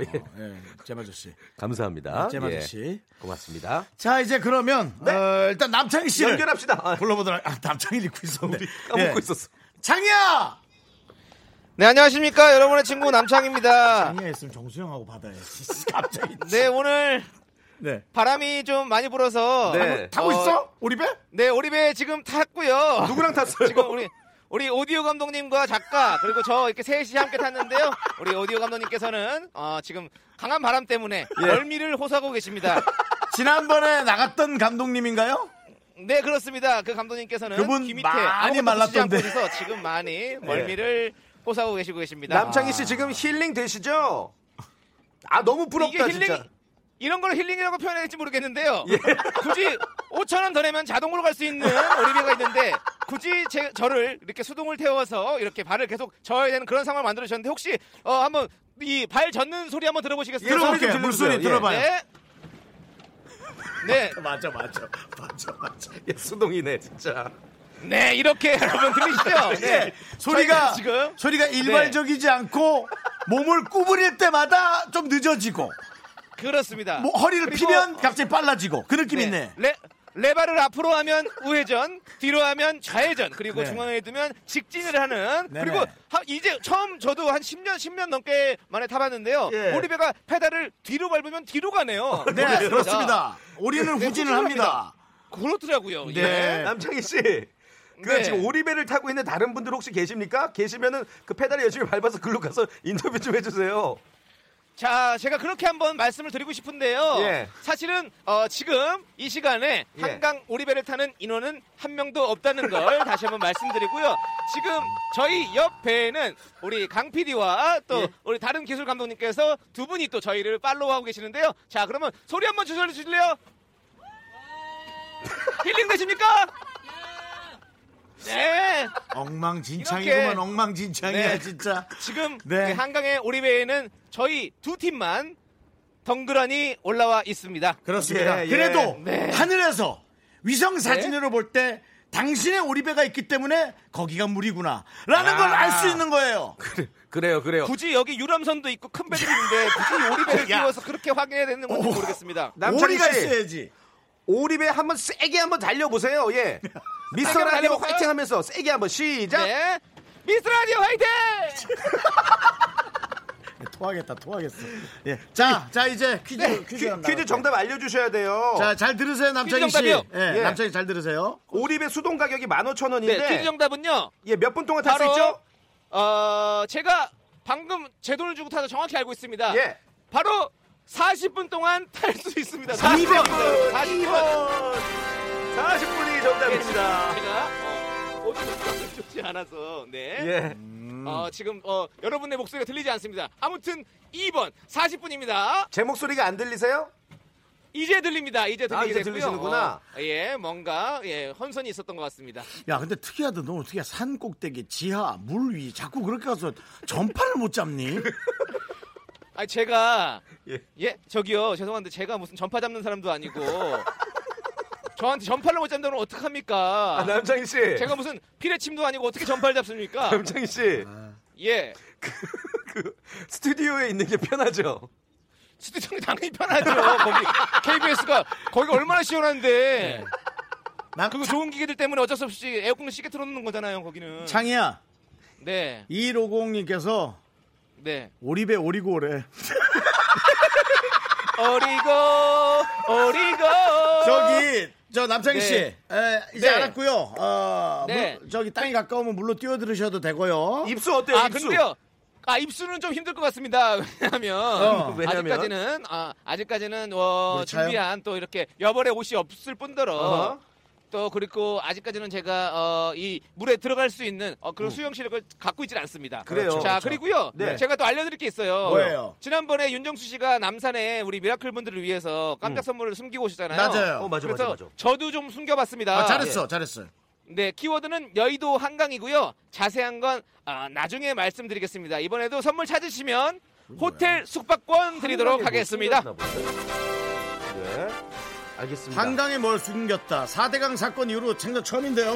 예. 예, 제마저 씨. 감사합니다. 제마저 예. 씨. 고맙습니다. 자, 이제 그러면 어, 일단 남창희 씨 연결합시다. 아, 불러보도록 아, 남창희 읽고 있었는데. 예. 까먹고 있었어. 창희야! 네, 안녕하십니까. 여러분의 친구 남창입니다. 창희야 했으면 정수영하고 받아야지. 갑자기. 네, 오늘 네. 바람이 좀 많이 불어서 네. 타고 어, 있어? 우리 배? 네, 오리배 지금 탔고요. 누구랑 탔어요? 지금 우리 우리 오디오 감독님과 작가 그리고 저 이렇게 셋이 함께 탔는데요. 우리 오디오 감독님께서는 어, 지금 강한 바람 때문에 멀미를 호소하고 계십니다. 지난번에 나갔던 감독님인가요? 네 그렇습니다. 그 감독님께서는 그분 귀 밑에 많이 아무것도 쓰지 않고 말랐던데. 예. 있어서 지금 많이 멀미를 호소하고 계시고 아. 계십니다. 남창희 씨 지금 힐링 되시죠? 아 너무 부럽다 이게 힐링 진짜. 이런 걸 힐링이라고 표현해야 될지 모르겠는데요. 예. 굳이 5천 원 더 내면 자동으로 갈 수 있는 오리배가 있는데 굳이 제, 저를 이렇게 수동을 태워서 이렇게 발을 계속 저어야 되는 그런 상황을 만들어 주셨는데 혹시 어, 한번 이 발 젓는 소리 한번 들어보시겠어요? 들어볼게요. 들어볼게 들려주세요. 물소리 예. 들어봐요. 네. 네. 맞아 맞아 맞아 맞아. 야, 수동이네 진짜. 네, 이렇게 여러분 들리시죠? 예. 네. 소리가 저희가 지금 네. 소리가 일발적이지 않고 몸을 구부릴 때마다 좀 늦어지고 그렇습니다. 뭐 허리를 그리고- 피면 갑자기 빨라지고 그 느낌 네. 있네. 레, 레바를 앞으로 하면 우회전, 뒤로 하면 좌회전, 그리고 네. 중앙에 두면 직진을 하는. 네네. 그리고 하- 이제 처음 저도 한 10년, 10년 넘게 만에 타봤는데요. 예. 오리배가 페달을 뒤로 밟으면 뒤로 가네요. 네, 그렇습니다. 우리는 네, 후진을 후진을 합니다. 그렇더라고요. 네. 그러니까 예. 남창희 씨. 그 네. 지금 오리배를 타고 있는 다른 분들 혹시 계십니까? 계시면은 그 페달을 열심히 밟아서 글로 가서 인터뷰 좀 해주세요. 자, 제가 그렇게 한번 말씀을 드리고 싶은데요. 예. 사실은 어, 지금 이 시간에 예. 한강 오리배를 타는 인원은 한 명도 없다는 걸 다시 한번 말씀드리고요. 지금 저희 옆 배에는 우리 강 PD와 예. 또 우리 다른 기술 감독님께서 두 분이 또 저희를 팔로우하고 계시는데요. 자, 그러면 소리 한번 주셔 주실래요? 힐링 되십니까? 네. 엉망진창이구만 이렇게. 엉망진창이야 네. 진짜. 지금 네. 이 한강의 오리배에는 저희 두 팀만 덩그러니 올라와 있습니다. 그렇습니다. 예, 예. 그래도 네. 하늘에서 위성 사진으로 볼 때 당신의 오리배가 있기 때문에 거기가 물이구나 라는 걸 알 수 있는 거예요. 그래요, 그래요. 굳이 여기 유람선도 있고 큰 배도 있는데 굳이 이 오리배를 띄워서 그렇게 확인해야 되는 건지 오. 모르겠습니다. 남창희 오리가 씨. 있어야지. 예, 오리배 한번 세게 한번 달려보세요. 예. 미스터 세게 라디오 달려볼까요? 화이팅 하면서 세게 한번 시작. 네. 미스 라디오 화이팅! 토하겠다 토하겠어. 예. 자, 자 이제 퀴즈 퀴즈, 퀴, 한번 즈 나갈게요. 정답 알려주셔야 돼요. 자, 잘 들으세요, 남창희 퀴즈 씨. 정답이요. 예, 예. 남창희 잘 들으세요. 오리배 수동 가격이 15,000원인데 네, 퀴즈 정답은요. 예, 몇 분 동안 탈 수 바로 있죠? 어, 제가 방금 제 돈을 주고 타서 정확히 알고 있습니다. 예. 바로 40분 동안 탈 수 있습니다. 네, 40분. 40분. 40분이 정답입니다. 제가 어, 오늘 목소리가 좋지 않아서 네. 예. 어, 지금 어, 여러분의 목소리가 들리지 않습니다. 아무튼 2번 40분입니다. 제 목소리가 안 들리세요? 이제 들립니다. 이제 들리게 아, 이제 됐고요. 들리시는구나. 어, 예, 뭔가 예, 혼선이 있었던 것 같습니다. 야, 근데 특이하다. 너무 특이해. 산 꼭대기, 지하, 물 위. 자꾸 그렇게 가서 전파를 못 잡니? 아, 제가 예. 예. 저기요. 죄송한데 제가 무슨 전파 잡는 사람도 아니고 저한테 전파를 못 잡는다면 어떡합니까? 아, 남창희 씨. 제가 무슨 피레침도 아니고 어떻게 전파를 잡습니까? 남창희 씨. 예. 그 스튜디오에 있는 게 편하죠. 스튜디오는 당연히 편하죠. 어, 거기 KBS가 거기가 얼마나 시원한데. 네. 난 그거 좋은 기계들 때문에 어쩔 수 없이 에어컨을 시계 틀어놓는 거잖아요. 거기는. 창이야. 네, 2150님께서 네. 오리배 오리고 오래. 어리고 어리고. 저기 저 남창희 네. 씨 에, 이제 네. 알았고요. 어, 네. 물- 저기 땅이 가까우면 물로 뛰어들으셔도 되고요. 입수 어때요? 아 입수. 근데요. 아 입수는 좀 힘들 것 같습니다. 왜냐하면 어, 왜냐면? 아직까지는 아, 아직까지는 어, 우리 차요? 준비한 또 이렇게 여벌의 옷이 없을 뿐더러 어허. 또 그리고 아직까지는 제가 어, 이 물에 들어갈 수 있는 어, 그런 수영 실력을 갖고 있지는 않습니다. 음. 그래요. 자 그렇죠. 그리고요 네. 제가 또 알려드릴 게 있어요. 뭐예요? 지난번에 윤정수 씨가 남산에 우리 미라클 분들을 위해서 깜짝 선물을 숨기고 오셨잖아요. 맞아요. 어, 음. 맞아, 맞아, 그래서 맞아. 저도 좀 숨겨봤습니다. 아, 잘했어, 잘했어. 네, 키워드는 여의도 한강이고요. 자세한 건 아, 나중에 말씀드리겠습니다. 이번에도 선물 찾으시면 호텔 숙박권 뭐 드리도록 하겠습니다. 네. 알겠습니다. 한강에 뭘 숨겼다. 4대강 사건 이후로 생전 처음인데요.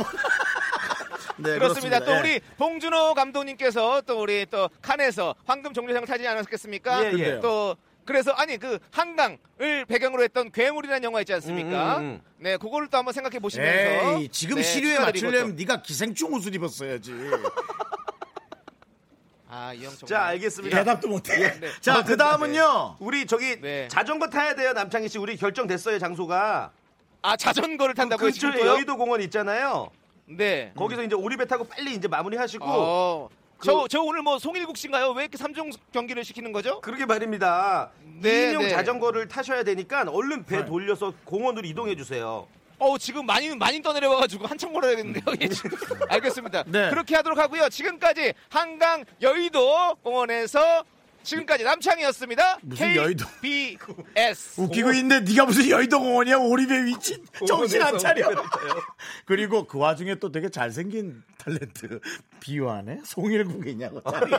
네, 그렇습니다. 또 예. 우리 봉준호 감독님께서 또 우리 또 칸에서 황금 종려상을 타지 않았겠습니까? 예, 예. 또 그래서 아니 그 한강을 배경으로 했던 괴물이라는 영화 있지 않습니까? 음, 음, 음. 네, 그거를 또 한번 생각해 보시면서 에이, 지금 네, 시류에 축하드리고 또. 예. 맞추려면 네가 기생충 옷을 입었어야지. 아, 이 형 정말. 자, 알겠습니다. 대답도 아, 못해. 자, 아, 자, 그 다음은요. 우리 저기 네. 자전거 타야 돼요, 남창희 씨. 우리 결정됐어요, 장소가. 아, 자전거를 탄다고요, 그 근처에 지금도요? 여의도 공원 있잖아요. 네. 거기서 이제 오리배 타고 빨리 이제 마무리하시고 어. 저, 저 오늘 뭐 송일국 씨인가요? 왜 이렇게 3종 경기를 시키는 거죠? 그러게 말입니다. 네, 이인용 네. 자전거를 타셔야 되니까 얼른 배 돌려서 공원으로 이동해 주세요. 어우 지금 많이 많이 떠내려와가지고 한참 걸어야겠는데요. 예, 지금. 알겠습니다. 네. 그렇게 하도록 하고요. 지금까지 한강 여의도 공원에서 지금까지 남창이었습니다. 무슨 KBS. 여의도. 웃기고 공원. 있는데 네가 무슨 여의도 공원이야 오리배 위치 정신 안 차려. 그리고 그 와중에 또 되게 잘생긴 탤런트 비유하네. 송일국이냐고. 딸이.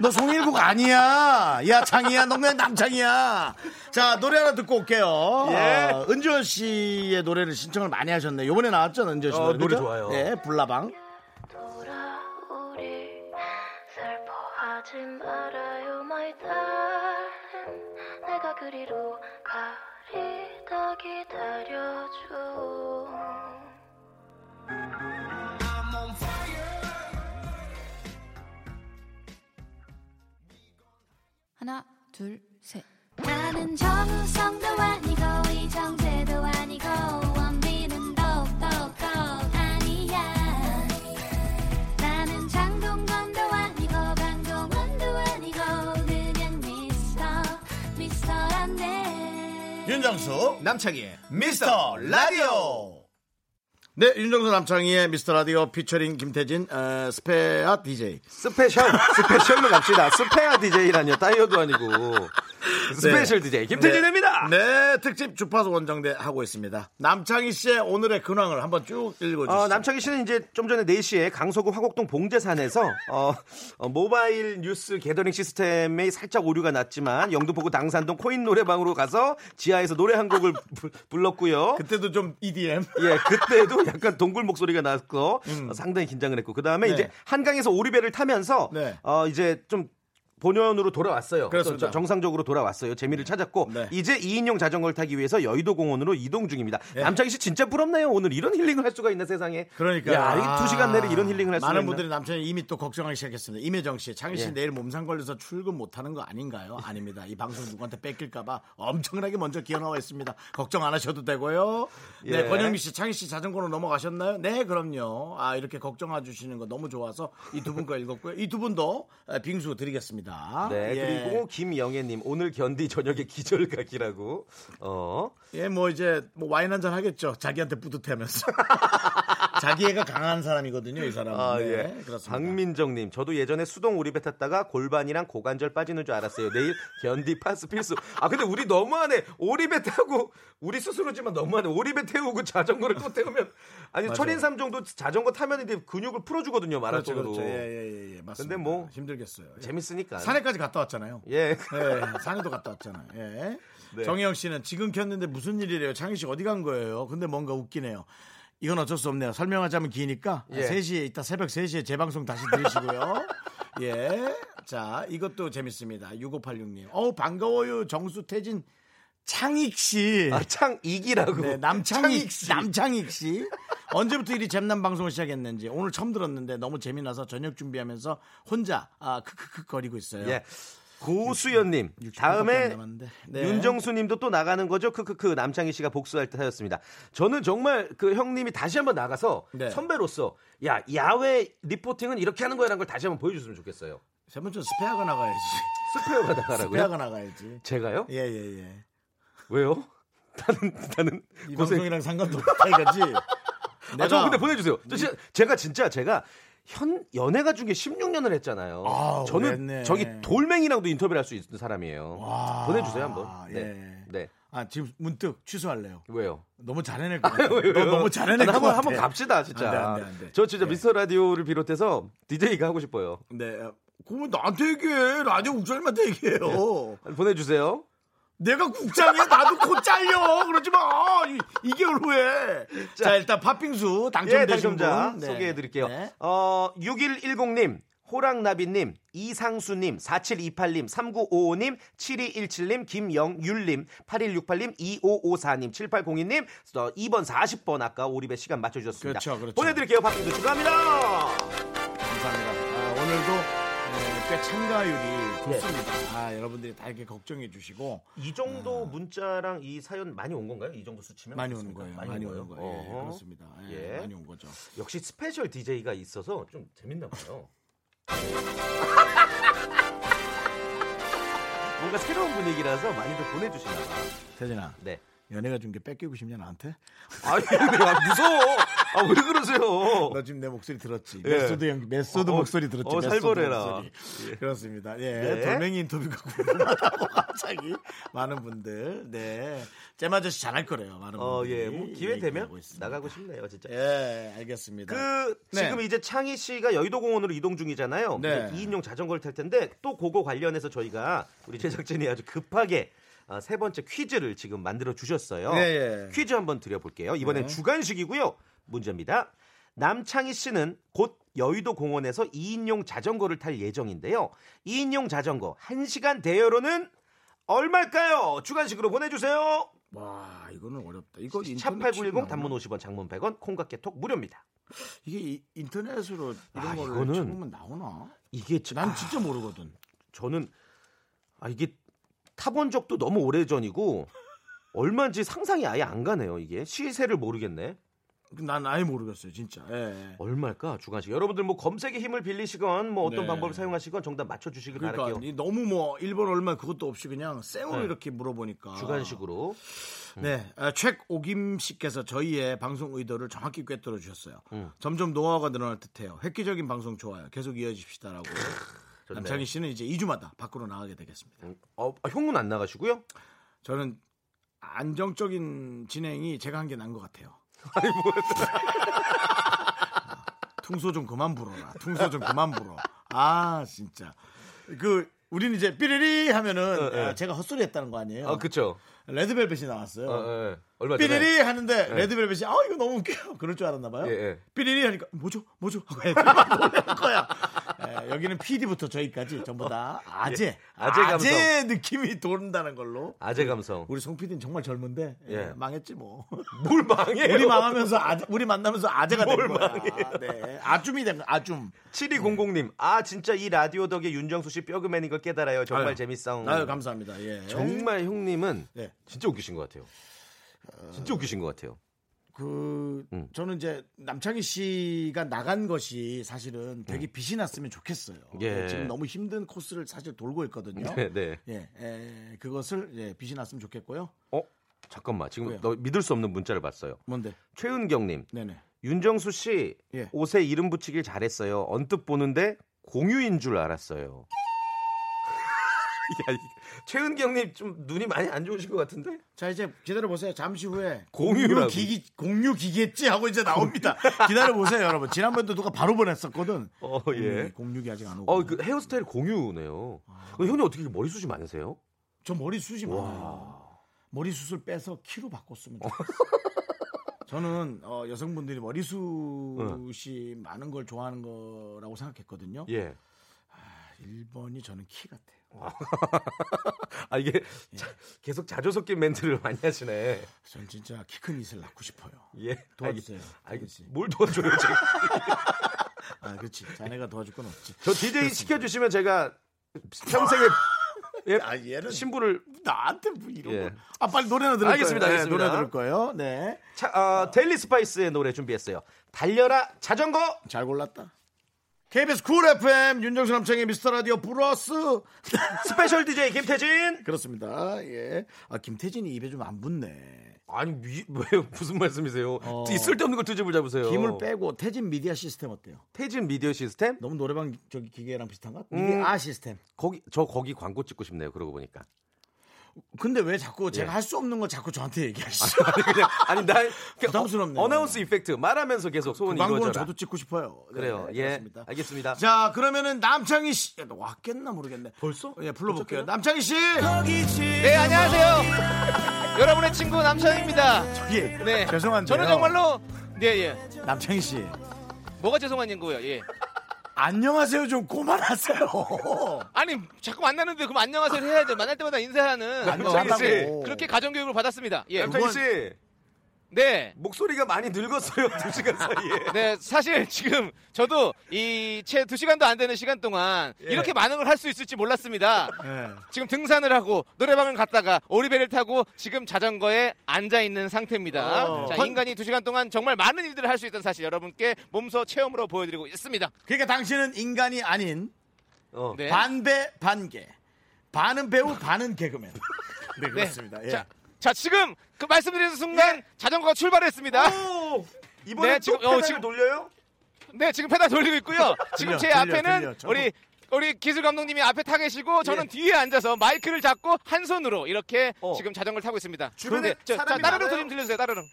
너 송일국 아니야. 야 창이야. 너 그냥 남창이야. 자 노래 하나 듣고 올게요. 어, 은지원 씨의 노래를 신청을 많이 하셨네. 요번에 나왔죠 은지원 씨 어, 노래. 노래 그죠? 좋아요. 예, 불나방. 돌아오리 슬퍼하지 말아요 my darling 내가 그리로 가리다 기다려줘 하나, 둘, 셋. 나는 정우성도 아니고 이정재도 아니고 원빈은 더욱더 아니야 나는 장동건도 아니고 강동원도 아니고 그냥 미스터 미스터란데 윤정수 남창희의 미스터 라디오 네 윤정수 남창희의 미스터 라디오 피처링 김태진 어, 스페아 DJ 스페셜 스페셜로 갑시다. 스페아 DJ라니요. 다이어도 아니고 스페셜 DJ 김태진입니다. 네, 네, 특집 주파수 원정대 하고 있습니다 남창희 씨의 오늘의 근황을 한번 쭉 읽어주시죠 어, 남창희 씨는 이제 좀 전에 4시에 강서구 화곡동 봉제산에서 어, 어, 모바일 뉴스 게더링 시스템에 살짝 오류가 났지만 영등포구 당산동 코인 노래방으로 가서 지하에서 노래 한 곡을 부- 불렀고요. 그때도 좀 E EDM 예, 그때도 약간 동굴 목소리가 났고 어, 상당히 긴장을 했고 그 음. 다음에 네. 이제 한강에서 오리배를 타면서 네. 어, 이제 좀 본연으로 돌아왔어요. 그렇습니다. 또 정상적으로 돌아왔어요. 재미를 찾았고 네. 이제 2인용 자전거를 타기 위해서 여의도 공원으로 이동 중입니다. 네. 남창희 씨 진짜 부럽네요. 오늘 이런 힐링을 할 수가 있나 세상에. 그러니까 아, 야, 두 시간 내내 이런 힐링을 할 수가 많은 있나. 분들이 남편이 이미 또 걱정하기 시작했습니다. 임혜정 씨, 창희 씨 예. 내일 몸상 걸려서 출근 못하는 거 아닌가요? 아닙니다. 이 방송 누구한테 뺏길까봐 엄청나게 먼저 기어 나와 있습니다. 걱정 안 하셔도 되고요. 네, 예. 권영미 씨, 창희 씨 자전거로 넘어가셨나요? 네, 그럼요. 아 이렇게 걱정해 주시는 거 너무 좋아서 이 두 분과 읽었고요. 이 두 분도 에, 빙수 드리겠습니다. 네, 예. 그리고 김영애님 오늘 견디 저녁에 기절각이라고. 어, 예, 뭐 이제 뭐 와인 한 잔 하겠죠. 자기한테 뿌듯해하면서. 자기애가 강한 사람이거든요, 이 사람은. 아, 네, 예. 그렇습니다. 박민정님, 저도 예전에 수동 오리배 탔다가 골반이랑 고관절 빠지는 줄 알았어요. 내일 견디 파스 필수. 아, 근데 우리 너무하네. 오리배 타고, 우리 스스로지만 너무하네. 오리배 태우고 자전거를 또 태우면. 아니, 맞아. 천인삼 정도 자전거 타면 이제 근육을 풀어주거든요, 그렇죠, 마라톤으로. 그렇죠. 예, 예, 예, 예. 맞습니다. 근데 뭐 힘들겠어요. 예. 재밌으니까. 산에까지 갔다 왔잖아요. 예. 예, 산에도 갔다 왔잖아요. 예. 네. 정혜영 씨는 지금 켰는데 무슨 일이래요? 창희 씨 어디 간 거예요? 근데 뭔가 웃기네요. 이건 어쩔 수 없네요. 설명하자면 기니까 예. 3시에 이따 새벽 3시에 재방송 다시 들으시고요. 예. 자, 이것도 재밌습니다. 6586님. 어우, 반가워요. 정수 태진 창익 씨. 아, 창익이라고. 네, 남창익 씨. 남창익 씨. 언제부터 이리 잼난 방송을 시작했는지 오늘 처음 들었는데 너무 재미나서 저녁 준비하면서 혼자 아, 크크크 거리고 있어요. 예. 고수연님, 다음에 윤정 윤정수님도 또 나가는 거죠. 크크크 그 남창희 씨가 복수할 때 하였습니다. 저는 정말 그 형님이 다시 한번 나가서 네. 선배로서 야 야외 리포팅은 이렇게 하는 거야라는 걸 다시 한번 보여줬으면 좋겠어요. 세 번째 스페어가 나가야지. 스페어가 나가라고요? 스페어가 나가야지. 제가요? 예 예예. 왜요? 나는 나는 이 고생. 방송이랑 상관도 없다 이거지. 아, 저 근데 보내주세요. 음. 저 진짜, 제가 진짜 제가 현 연예가 중에 16년을 했잖아요. 아, 저는 오래했네. 저기 돌멩이랑도 인터뷰를 할 수 있는 사람이에요. 와. 보내주세요 한번. 네. 예. 네. 아 지금 문득 취소할래요. 왜요? 너무 잘해낼 것 같아. 너 너무 잘해낼 아, 것 한번, 같아. 한번 갑시다 진짜. 안 돼, 안 돼, 안 돼. 저 진짜 예. 미스터 라디오를 비롯해서 DJ가 하고 싶어요. 네. 그러면 나한테 얘기해. 라디오 국장님한테 예. 얘기해요. 보내주세요. 내가 국장이야. 나도 곧 잘려. 그러지 마. 이, 2개월 후에. 자, 일단 팥빙수 당첨되신 예, 당첨자 분. 네. 소개해드릴게요. 네. 어, 6110님, 호랑나비님, 이상수님, 4728님, 3955님, 7217님, 김영율님, 8168님, 2554님, 7802님, 2번 40번 아까 오리배 시간 맞춰주셨습니다. 그렇죠, 그렇죠. 보내드릴게요. 박빙수 축하합니다. 감사합니다. 아, 오늘도 어, 꽤 참가율이 예. 좋습니다. 아, 여러분들이 다 이렇게 걱정해 주시고 이 정도 문자랑 이 사연 많이 온 건가요? 이 정도 수치면 많이 오는 어떻습니까? 거예요. 많이, 온 오는 거예요. 예, 어허. 그렇습니다. 예, 예. 많이 온 거죠. 역시 스페셜 DJ가 있어서 좀 재밌나 봐요. 뭔가 새로운 분위기라서 많이들 보내주시나 봐. 세진아, 네. 연애가 준 게 뺏기고 싶냐 나한테? 아니, 아, 무서워. 아, 왜 그러세요? 너 지금 내 목소리 들었지? 예. 메소드 연기, 메소드 어, 어, 목소리 들었지? 어, 메소드 살벌해라. 목소리. 그렇습니다. 예, 네. 돌멩이 인터뷰가 궁금하다고 갑자기 많은 분들, 네, 잼아저씨 잘할 거래요. 많은 어, 분들이 예. 뭐 기회 되면 얘기하고 있습니다. 나가고 싶네요, 진짜. 예, 알겠습니다. 그 네. 지금 이제 창희 씨가 여의도 공원으로 이동 중이잖아요. 네. 이인용 자전거를 탈 텐데 또 그거 관련해서 저희가 우리 제작진이 아주 급하게 아, 세 번째 퀴즈를 지금 만들어 주셨어요. 예, 예. 퀴즈 한번 드려볼게요. 이번엔 네. 주간식이고요. 문제입니다. 남창희 씨는 곧 여의도 공원에서 2인용 자전거를 탈 예정인데요. 2인용 자전거 1시간 대여로는 얼마일까요? 주간식으로 보내주세요. 와, 이거는 어렵다. 이거 인터넷 샵8910 치고 단문 나오나? 50원 장문 100원 콩깍개톡 무료입니다. 이게 이- 인터넷으로 이런 아, 걸로 이거는- 찍으면 나오나? 이게 지- 난 아. 진짜 모르거든. 저는 아 이게 타본 적도 너무 오래전이고 얼마인지 상상이 아예 안 가네요 이게 시세를 모르겠네 난 아예 모르겠어요, 진짜. 예, 뭐, 예. 얼마일까 주간식 여러분들 뭐 검색의 힘을 빌리시건 뭐 어떤 네. 방법을 사용하시건 정답 맞춰주시길 그러니까 바랄게요 이 너무 뭐 일본 얼마 그것도 없이 그냥 생으로 네. 이렇게 물어보니까 주간식으로 음. 네, 아, 최 오김 씨께서 저희의 방송 의도를 정확히 꿰뚫어 주셨어요. 음. 점점 노하우가 늘어날 듯해요. 획기적인 방송 좋아요. 계속 이어집시다라고. 좋네요. 남창희 씨는 이제 2주마다 밖으로 나가게 되겠습니다. 음, 어, 아, 형은 안 나가시고요 저는 안정적인 진행이 제가 한 게 난 것 같아요. 뭐. 아, 퉁소 좀 그만 불어라. 퉁소 좀 그만 불어. 아 진짜. 그 우리는 이제 삐리리 하면은 어, 예. 아, 제가 헛소리했다는 거 아니에요? 아 그쵸 레드벨벳이 나왔어요. 어, 예. 얼마 전에 삐리리 하는데 레드벨벳이 아 이거 너무 웃겨요. 그럴 줄 알았나 봐요. 네. 예, 예. 삐리리 하니까 뭐죠? 뭐죠? 하고 애들이 막 놀랄 거야. 예, 여기는 PD부터 저희까지 전부 다 아재, 예, 아재 감성. 아재 느낌이 돈다는 걸로. 아재 감성 우리 송 PD는 정말 젊은데 예, 예. 망했지 뭐. 뭘 망해요 우리 망하면서 아재, 우리 만나면서 아재가 된 뭘 거야. 망해요. 네. 아줌이 된 거. 아줌. 7200님 아 진짜 이 라디오 덕에 윤정수 씨 뼈그맨인 걸 깨달아요 정말 재밌어 아유 감사합니다. 예. 정말 형님은 네. 어. 진짜 웃기신 것 같아요. 진짜 웃기신 것 같아요. 그 음. 저는 이제 남창희 씨가 나간 것이 사실은 되게 빛이 났으면 좋겠어요. 음. 예. 지금 너무 힘든 코스를 사실 돌고 있거든요. 네, 네. 예, 에, 그것을 예, 빛이 났으면 좋겠고요. 어? 잠깐만. 지금 왜요? 너 믿을 수 없는 문자를 봤어요. 뭔데? 최은경님, 네네. 윤정수 씨 예. 옷에 이름 붙이길 잘했어요. 언뜻 보는데 공유인 줄 알았어요. 야, 이- 최은경님 좀 눈이 많이 안 좋으신 것 같은데? 자 이제 기다려 보세요. 잠시 후에 공유라고. 기기 공유 기겠지 하고 이제 나옵니다. 기다려 보세요, 여러분. 지난번도 누가 바로 보냈었거든. 어, 공유, 예. 공유기 아직 안 오고. 어, 그 헤어스타일 공유네요. 근데 형님 어떻게 이렇게 머리숱이 많으세요? 저 머리 숱이 많아요. 머리 숱을 빼서 키로 바꿨으면 좋겠어요. 저는 어, 여성분들이 머리 숱이 많은 걸 좋아하는 거라고 생각했거든요. 네. 예. 1번이 저는 키 같아요. 아, 이게 자- 계속 자조 섞인 멘트를 많이 하시네. 저는 진짜 키 큰 이슬 낳고 싶어요. 예. 도와주세요. 알겠지. 알겠지. 뭘 도와줘요, 제가. 아, 그렇지. 자네가 도와줄 건 없지. 저 DJ 시켜주시면 제가 평생에 예, 아, 얘는 신부를 나한테 뭐 이런 예. 거. 아, 빨리 노래나 들을 알겠습니다, 거예요. 알겠습니다. 노래 들을 거예요. 네. 차, 어, 데일리 스파이스의 노래 준비했어요. 달려라 자전거. 잘 골랐다. KBS 쿨 FM 윤정수 남창의 미스터 라디오 플러스 스페셜 DJ 김태진. 그렇습니다. 예. 아, 김태진이 입에 좀 안 붙네. 아니 미- 왜 무슨 말씀이세요? 어. 이 쓸데없는 걸 뒤집을 잡으세요. 김을 빼고 태진 미디어 시스템 어때요? 태진 미디어 시스템 너무 노래방 저기 기계랑 비슷한가? 음. 미디아 시스템. 거기 저 거기 광고 찍고 싶네요. 그러고 보니까 근데 왜 자꾸 제가 할 수 없는 걸 자꾸 저한테 얘기하시죠? 예. 아니 그냥 아니 날 부담스럽네요. 어나운스 이펙트 말하면서 계속 그 소원 광고는 이루어져라. 저도 찍고 싶어요. 네, 그래요. 예. 그렇습니다. 알겠습니다. 자, 그러면은 남창희 씨 야, 너 왔겠나 모르겠네. 벌써? 예, 불러볼게요. 남창희 씨. 네 안녕하세요. 여러분의 친구 남창입니다. 예. 네 죄송한데. 저는 정말로 네예 남창희 씨. 뭐가 죄송한 인고요. 예. 안녕하세요. 좀 그만하세요. 아니 자꾸 만나는데 그럼 안녕하세요 해야죠. 네, 만날 때마다 인사하는 남창희 씨. 그렇게 가정 교육을 받았습니다. 예. 남창희 씨 네. 목소리가 많이 늙었어요. 두 시간 사이에. 네, 사실 지금 저도 이채두 시간도 안 되는 시간 동안 예. 이렇게 많은 걸 할 수 있을지 몰랐습니다. 지금 등산을 하고 노래방을 갔다가 오리배를 타고 지금 자전거에 앉아 있는 상태입니다. 어. 자, 인간이 두 시간 동안 정말 많은 일들을 할 수 있다는 사실 여러분께 몸소 체험으로 보여드리고 있습니다. 그러니까 당신은 인간이 아닌 어. 네. 반배 반개. 반은 배우 반은 개그맨. 네 그렇습니다. 예. 네. 자, 자, 지금 그 말씀드리는 순간 자전거가 어. 출발했습니다. 오! 이번에 네, 지금 지금- 또 어, 페달을 지금- 돌려요? 네, 지금 페달 돌리고 있고요. 지금 제 들려, 앞에는 들려, 저거. 우리 우리 기술 감독님이 앞에 타 계시고 저는 뒤에 앉아서 마이크를 잡고 한 손으로 이렇게 예. 어. 지금 자전거를 타고 있습니다. 주변에 저, 사람이 따르릉 많아요? 그 소리 좀 들려주세요. 따르릉.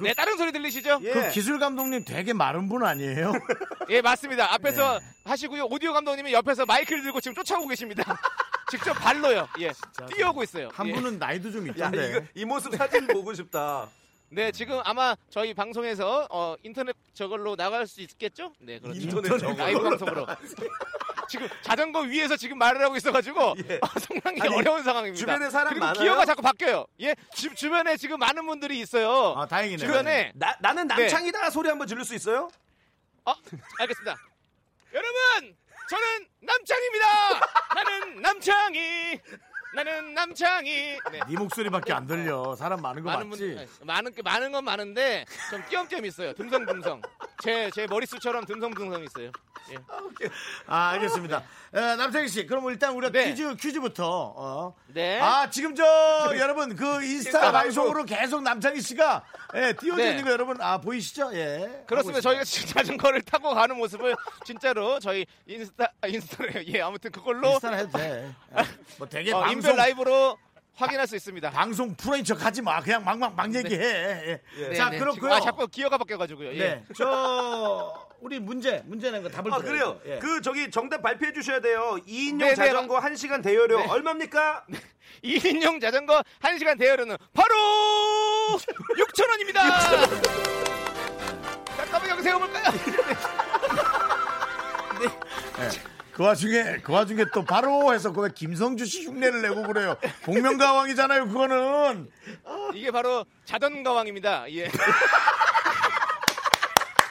네, 따르릉 소리 들리시죠? 예. 그 기술 감독님 되게 마른 분 아니에요? 예, 맞습니다. 앞에서 네. 하시고요. 오디오 감독님이 옆에서 마이크를 들고 지금 쫓아오고 계십니다. 직접 발로요. 예, 뛰어오고 있어요. 한 예. 분은 나이도 좀 야, 있던데. 이거, 이 모습 사진 보고 싶다. 네, 지금 아마 저희 방송에서 어, 인터넷 저걸로 나갈 수 있겠죠? 네, 그렇죠. 인터넷 저걸로 라이브 방송으로. 지금 자전거 위에서 지금 말을 하고 있어가지고 예. 아, 상당히 아니, 어려운 상황입니다. 주변에 사람 그리고 많아요? 기어가 자꾸 바뀌어요. 예, 주, 주변에 지금 많은 분들이 있어요. 아 다행이네. 주변에 나, 나는 남창이다 소리 한번 질릴 수 있어요? 어, 알겠습니다. 여러분, 저는 남창입니다. 나는 남창이. 나는 남창이. 네. 네 목소리밖에 안 들려. 사람 많은 거 많은 맞지? 분들 예, 많은 게- 많은 건 많은데 좀 띄엄띄엄 있어요. 듬성듬성. 제 제 머릿수처럼 듬성듬성 있어요. 예. 아 알겠습니다. 에, 남창희 씨, 그럼 일단 우리가 네. 퀴즈 퀴즈부터. 어. 네. 아 지금 저 여러분 그 인스타 말고. 방송으로 계속 남창희 씨가 예, 띄워져 네. 있는 거 여러분 아 보이시죠? 예. 그렇습니다. 하고 있습니다. 저희가 지금 자전거를 타고 가는 모습을 진짜로 저희 인스타 아, 인스타래요. 예, 아무튼 그걸로 인스타나 해도 돼. 예. 뭐 되게 어, 인별 방송 아, 라이브로 확인할 수 있습니다. 방송 프로인 척 하지 마. 그냥 막막 막 얘기해. 예. 네, 자 네. 지금, 그렇고요. 아, 자꾸 기어가 바뀌어 가지고요. 예. 네. 저 우리 문제 문제 낸거 답을 아, 들어야죠. 그래요? 예. 그, 저기, 정답 발표해 주셔야 돼요. 2인용 네, 네. 자전거 1시간 대여료 네. 얼마입니까? 2인용 자전거 1시간 대여료는 바로 6,000원입니다. 잠깐만 여기 세워 볼까요? 그 와중에 그 와중에 또 바로 해서 그왜 김성주 씨 흉내를 내고 그래요. 복면가왕이잖아요. 그거는 이게 바로 자전거왕입니다. 예.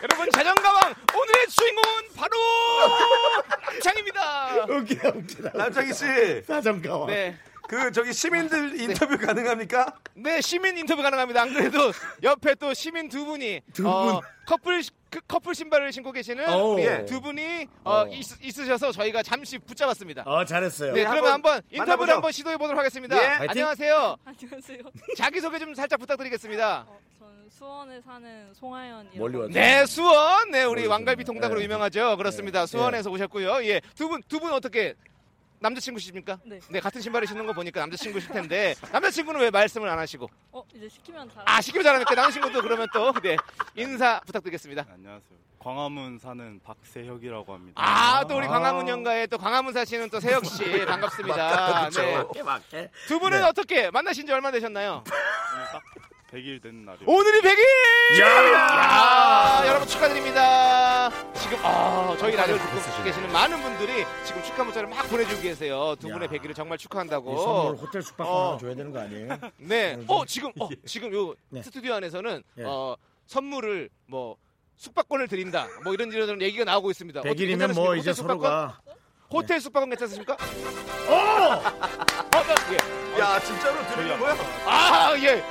여러분 자전거왕 오늘의 주인공은 바로 남창입니다. 웃기다 웃기다. 남창희 씨, 사정가왕. 네. 그, 저기, 시민들 인터뷰 가능합니까? 네 시민 인터뷰 가능합니다. 안 그래도 옆에 또 시민 두 분이 두 어, 분. 커플 시- 그 커플 신발을 신고 계시는 어. 오. 네. 예, 두 분이 어, 있, 으셔서 저희가 잠시 붙잡았습니다. 어 잘했어요. 네, 그러면 한번 한번 인터뷰를 만나보죠. 한번 시도해 보도록 하겠습니다. 예. 파이팅. 안녕하세요. 안녕하세요. 자기 소개 좀 살짝 부탁드리겠습니다. 어, 저는 수원에 사는 송하연이라고. 멀리 왔네. 네, 수원. 네, 우리 모르겠네요. 왕갈비 통닭으로 예. 유명하죠. 그렇습니다. 예. 수원에서 오셨고요. 예. 두 분, 두 분 어떻게 남자친구십니까? 네. 같은 신발을 신는 거 보니까 남자친구실 텐데 남자친구는 왜 말씀을 안 하시고? 어, 이제 시키면 잘. 아, 시키면 잘하니까 남자친구도 그러면 또 네. 인사 부탁드리겠습니다. 안녕하세요. 광화문 사는 박세혁이라고 합니다. 아, 또 우리 광화문 연가에 또 광화문 사시는 또 세혁 씨 반갑습니다. 네. 맞게 맞게. 두 분은 어떻게 만나신 지 얼마 되셨나요? 오늘 딱 100일 된 날이에요. 오늘이 100일! 야! 야! 여러분 축하드립니다. 지금 아, 저희 라디오 듣고 계시는 많은 분들이 지금 축하 문자를 막 보내주고 계세요. 두 분의 이 100일을 정말 선물 축하한다고. 호텔 숙박권 어. 하나 줘야 되는 거 아니에요? 네. 어, 지금 어, 지금 요 네. 스튜디오 안에서는 예. 어, 선물을 뭐 숙박권을 드린다. 뭐 이런 이런 얘기가 나오고 있습니다. 어떻게 100일이면 뭐 괜찮으십니까? 이제 호텔 숙박권? 서로가 네. 어! 호텔 숙박권 괜찮으십니까? 오! 예. 야, 진짜로 들으는 거야? 아, 예.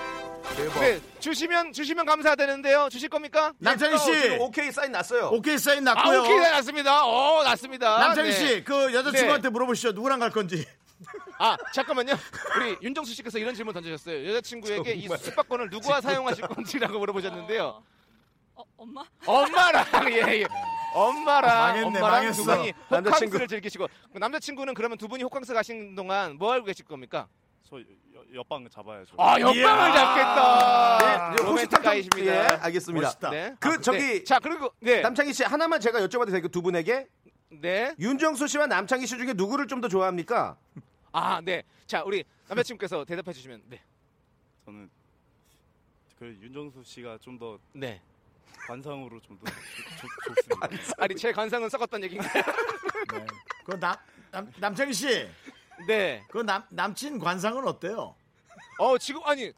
대박. 네. 주시면 주시면 감사드리는데요. 주실 겁니까? 예, 남창희 지금 씨 예. 오케이 사인 났어요. 오케이 사인 아, 났고요. 오케이, 네, 났습니다. 어, 났습니다. 남창희 네. 씨 그 여자친구한테 물어보시죠. 누구랑 갈 건지. 아, 잠깐만요. 우리 윤정수 씨께서 이런 질문 던지셨어요. 여자친구에게 이 숙박권을 누구와 사용하실 건지라고 물어보셨는데요. 어, 엄마? 엄마랑, 예, 예. 엄마랑, 망했네, 엄마랑 망했어. 두 분이 남자친구. 호캉스를 즐기시고. 그 남자친구는 그러면 두 분이 호캉스 가신 동안 뭐 하고 계실 겁니까? 저 여- 옆방 잡아야죠. 아, 이야. 옆방을 잡겠다. 네, 로맨틱 예, 가이십니다. 알겠습니다. 멋있다. 네. 그 아, 네. 저기- 자, 그리고, 네. 남창희 씨 하나만 제가 여쭤봐도 될까요? 그 두 분에게 네. 윤정수 씨와 남창희 씨 중에 누구를 좀 더 좋아합니까? 아, 네. 자, 우리 남자친구께서 대답해 주시면, 네. 저는 그 윤정수 씨가 좀 더 네. 관상으로 좀 더 좋습니다. 아니, 제 관상은 썩었단 얘기인가요? 네. 그남 남창희 씨 네. 그 남 남친 관상은 어때요? 어 지금 아니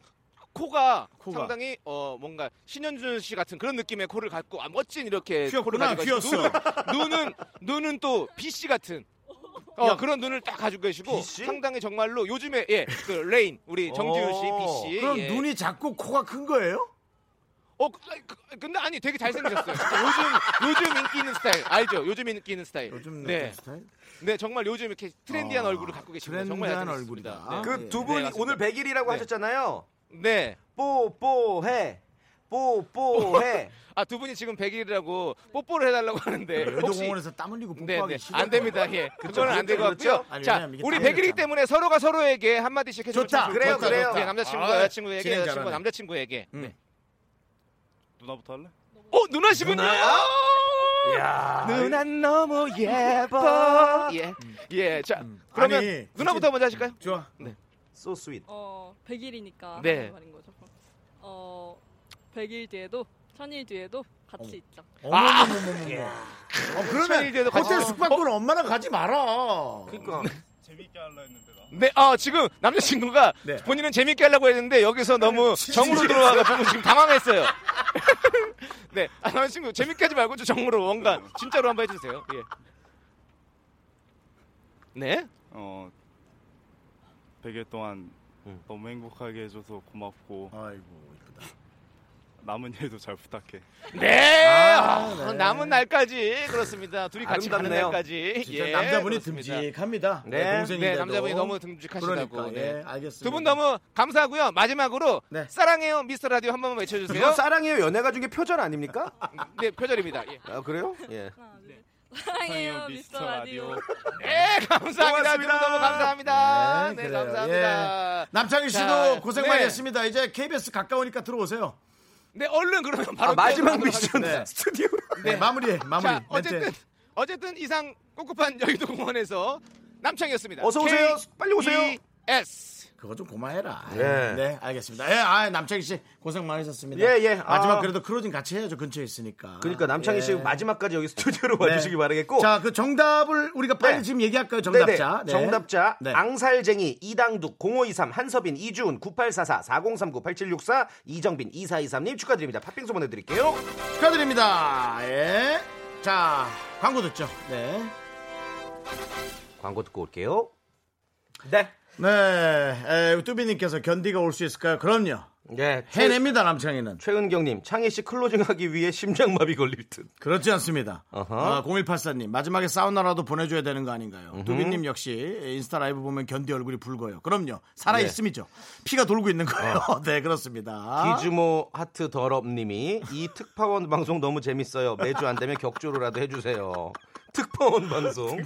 코가, 코가. 상당히 어 뭔가 신현준 씨 같은 그런 느낌의 코를 갖고 아, 멋진 이렇게 코를 휘었구나, 가지고 계시고 휘었어. 눈- 눈은 눈은 또 B 씨 같은 어, 야, 그런 눈을 딱 가지고 계시고 B 씨? 어. 상당히 정말로 요즘에 예그 레인 우리 정지훈 씨, B 씨 그럼 예. 눈이 작고 코가 큰 거예요? 어 그- 아니, 그- 근데 아니 되게 잘생기셨어요. 진짜 요즘 요즘 인기 있는 스타일 알죠? 요즘 인기 있는 스타일. 요즘 네. 스타일? 네 정말 요즘 이렇게 트렌디한 얼굴을 갖고 계십니다. 정말 아, 트렌디한 잘생기셨습니다. 얼굴이다. 네. 그 두 분 오늘 100일이라고 하셨잖아요. 네. 뽀뽀해. 뽀뽀해. 아 두 분이 지금 100일이라고 뽀뽀를 해달라고 하는데 그러니까 여도공원에서 땀 흘리고 뽀뽀하기 네, 네네. 싫어. 안 됩니다. 예. 그쵸? 그거는 안 되고 그렇죠? 같고요. 아니, 자, 왜냐면 이게 우리 땀이 100일이기 때문에 서로가 서로에게 한마디씩 해주면 좋다. 참 그래요, 좋을 것 그래요. 같아요. 네, 남자친구가 아, 여자친구에게 진행 여자친구가 잘하네. 음. 남자친구에게. 네. 누나부터 할래? 어 누나시군요. 야. 누난 너무 예뻐. 예. 예. 자, 음. 그러면 아니, 누나부터 먼저 하실까요? 좋아. 네. So sweet. 어, 100일이니까 네. 하는 말인 거죠. 어, 100일 뒤에도 1000일 뒤에도 같이 있자. 어머. 아! 어, 그러면 호텔 숙박권 엄마랑 가지 마라. 그러니까. 재밌게 하려 했는데 나. 네, 아, 지금 남자친구가 본인은 재밌게 하려고 했는데 여기서 너무 정으로 들어와가지고 지금 당황했어요. 네, 아, 남자친구 재밌게 하지 말고 좀 정으로 뭔가 진짜로 한번 해주세요. 예. 네? 어. 100일 동안 너무 행복하게 해줘서 뭐. 고맙고. 아이고 이쁘다. 남은 일도 잘 부탁해. 네! 아, 남은 날까지 그렇습니다. 둘이 같이 가는 아름답네요. 날까지. 진짜 남자분이 듬직합니다. 네, 동생인데도. 예, 네, 남자분이 너무 듬직하시다고. 그러니까, 네. 예, 알겠습니다. 두 분 너무 감사하고요. 마지막으로 사랑해요 미스터 라디오 한 번만 그거 외쳐주세요. 사랑해요 연애가 중에 표절 아닙니까? 네, 표절입니다. 예. 아 그래요? 예. 사랑해요 미스터 라디오. 네, 감사합니다. 두 분 너무 감사합니다. 네, 그래요. 감사합니다. 예. 남창희 씨도 자, 고생 네. 많이 했습니다. 이제 KBS 가까우니까 들어오세요. 네, 얼른 그러면 바로 아, 마지막 뛰어가도록 미션 하겠습니다. 스튜디오로. 네, 마무리해. 마무리. 자, 어쨌든 어쨌든 이상 꿉꿉한 여의도 공원에서 남창이었습니다. 어서 오세요. 빨리 오세요. S. 그거 좀 고마해라. 예. 네, 알겠습니다. 예, 아, 남창희 씨 고생 많으셨습니다. 예, 예. 마지막 아. 그래도 크로징 같이 해야죠. 근처에 있으니까. 그러니까 남창희 씨 예. 마지막까지 여기 스튜디오로 네. 와주시기 바라겠고. 자, 그 정답을 우리가 빨리 네. 지금 얘기할까요? 정답자. 네네. 네. 정답자 네. 앙살쟁이 이당둑 0523 한서빈 이주은 9844 4039 8764 이정빈 2423님 축하드립니다. 팥빙수 보내드릴게요. 축하드립니다. 예. 자, 광고 듣죠. 네. 광고 듣고 올게요. 네. 네. 에, 뚜비님께서 견디가 올 수 있을까요? 그럼요. 네. 해냅니다, 남창희는. 최은경님, 창희 씨 클로징하기 위해 심장마비 걸릴 듯. 그렇지 않습니다. 아, 0184님 마지막에 사우나라도 보내줘야 되는 거 아닌가요? 음흠. 두비님 역시 인스타 라이브 보면 견디 얼굴이 붉어요. 그럼요. 살아 있음이죠. 피가 돌고 있는 거예요. 네 그렇습니다. 네. 어. 기주모 하트 더럽님이 이 특파원 방송 너무 재밌어요. 매주 안 되면 격조로라도 해주세요. 특파원 방송.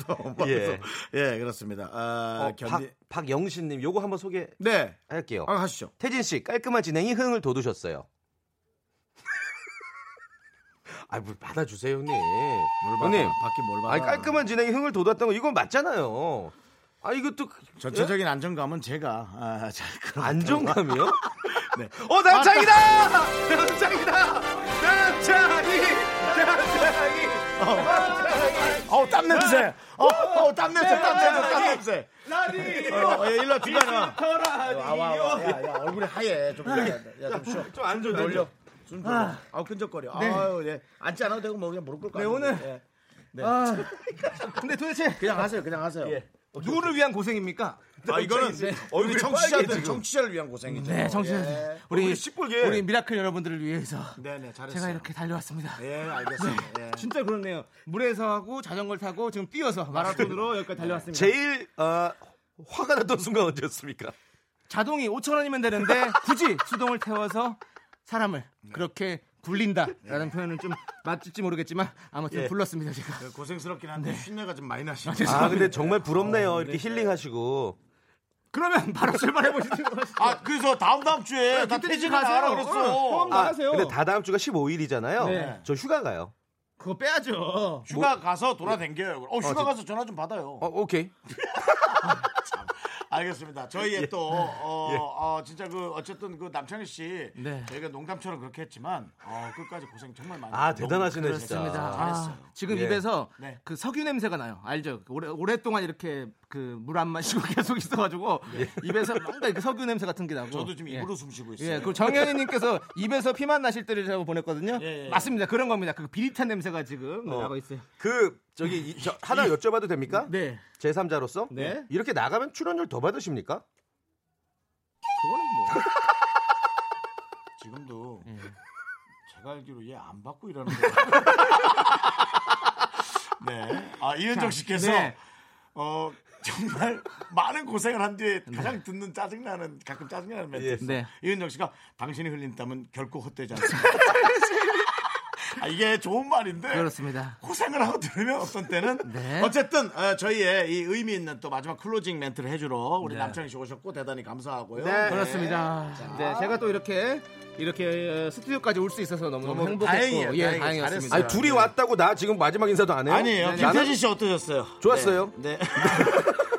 예. 예, 그렇습니다. 아, 어, 견디- 박, 박영신님 요거 한번 소개. 네. 할게요. 아, 하시죠. 태진 씨 깔끔한 진행이 흥을 돋우셨어요. 아, 뭘 받아주세요, 형님. 뭘 받아, 받긴 어, 뭘 받아. 아니, 깔끔한 진행이 흥을 돋았던 거 이건 맞잖아요. 아, 이것도 전체적인 안정감은 제가 아, 자, 그럼- 안정감이요? 네. 아, 어, 남창이다! 남창이다! 남창이! 남창이! 어우 땀 냄새. 어, 어, 땀 냄새, 땀 냄새, 땀 냄새. 라디! 어, 예, 일로 와, 중간에 와. 미스터 라디오. 와, 와, 와. 야, 야, 얼굴이 하얘. 좀 놀려. 야, 좀 쉬어. 좀안 네. 좀 놀려. 좀 놀려. 아. 아, 아우 끈적거려. 네. 아유, 예. 앉지 않아도 되고 뭐 그냥 무릎 꿇고. 네, 앉으면 오늘- 돼. 예. 네. 아. 근데 도대체 그냥 하세요. 그냥 하세요. 예. 누구를 위한 고생입니까? 아, 이거는 우리 얼굴이 빨개, 청취자들 지금. 청취자를 위한 고생이죠. 네, 청취자들. 예. 우리 시뻘게. 우리 미라클 여러분들을 위해서 네, 네, 잘했어요. 제가 이렇게 달려왔습니다. 예, 알겠습니다. 예. 진짜 그렇네요. 물에서 하고 자전거를 타고 지금 뛰어서 마라톤으로 네. 여기까지 달려왔습니다. 제일 어, 화가 났던 순간 언제였습니까? 자동이 5천 원이면 되는데 굳이 수동을 태워서 사람을 그렇게 예. 굴린다라는 표현은 좀 맞을지 모르겠지만 아무튼 예. 불렀습니다 제가. 그 고생스럽긴 한데 네. 쉰내가 좀 많이 나시네. 아 근데 정말 부럽네요. 이렇게 힐링하시고 그러면 바로 출발해 보시죠. 아, 그래서 다음 다음 주에 나 네, 그때 퇴직을 가세요. 하라 그랬어. 어, 포함도 안 하세요. 근데 다 다음 주가 15일이잖아요. 네. 저 휴가 가요. 그거 빼야죠. 휴가 가서 네. 돌아댕겨요. 어, 휴가 저- 가서 전화 좀 받아요. 어, 오케이. 알겠습니다. 저희의 예. 또, 어, 예. 어, 진짜 그, 어쨌든 그 남창희 씨. 네. 저희가 농담처럼 그렇게 했지만, 어, 끝까지 고생 정말 많이 아, 했어요. 대단하시네, 너무 진짜. 그렇습니다. 잘했어요. 아, 지금 예. 입에서 네. 그 석유 냄새가 나요. 알죠? 오래, 오랫동안 이렇게 그 그 물 안 마시고 계속 있어가지고 예. 입에서 뭔가 이렇게 석유 냄새 같은 게 나고. 저도 지금 입으로 숨 쉬고 있어요. 예, 그 정현이님께서 입에서 피만 나실 때라고 보냈거든요. 예, 예. 맞습니다. 그런 겁니다. 그 비릿한 냄새가 지금 어. 나고 있어요. 그 저기 이- 저 하나 여쭤봐도 됩니까? 네. 제 3자로서 네. 이렇게 나가면 출연료 더 받으십니까? 그거는 뭐 지금도 예. 제가 알기로 얘 안 받고 일하는 거예요. 네. 아 이현정 자, 씨께서 네. 어 정말 많은 고생을 한 뒤에 가장 듣는 짜증나는 가끔 짜증나는 멘트. 예. 네. 이현정 씨가 당신이 흘린 땀은 결코 헛되지 않습니다. 아, 이게 좋은 말인데 그렇습니다. 고생을 하고 들으면 어떤 때는 네. 어쨌든 어, 저희의 이 의미 있는 또 마지막 클로징 멘트를 해주러 우리 네. 남창희 씨 오셨고 대단히 감사하고요. 그렇습니다. 네, 제가 또 이렇게 이렇게 어, 스튜디오까지 올 수 있어서 너무 너무 너무 행복했고 다행이에요. 예, 다행이에요. 다행이었습니다. 잘했어요. 아니 둘이 왔다고 나 지금 마지막 인사도 안 해요? 아니에요. 나는- 김태진 씨 어떠셨어요? 좋았어요. 네.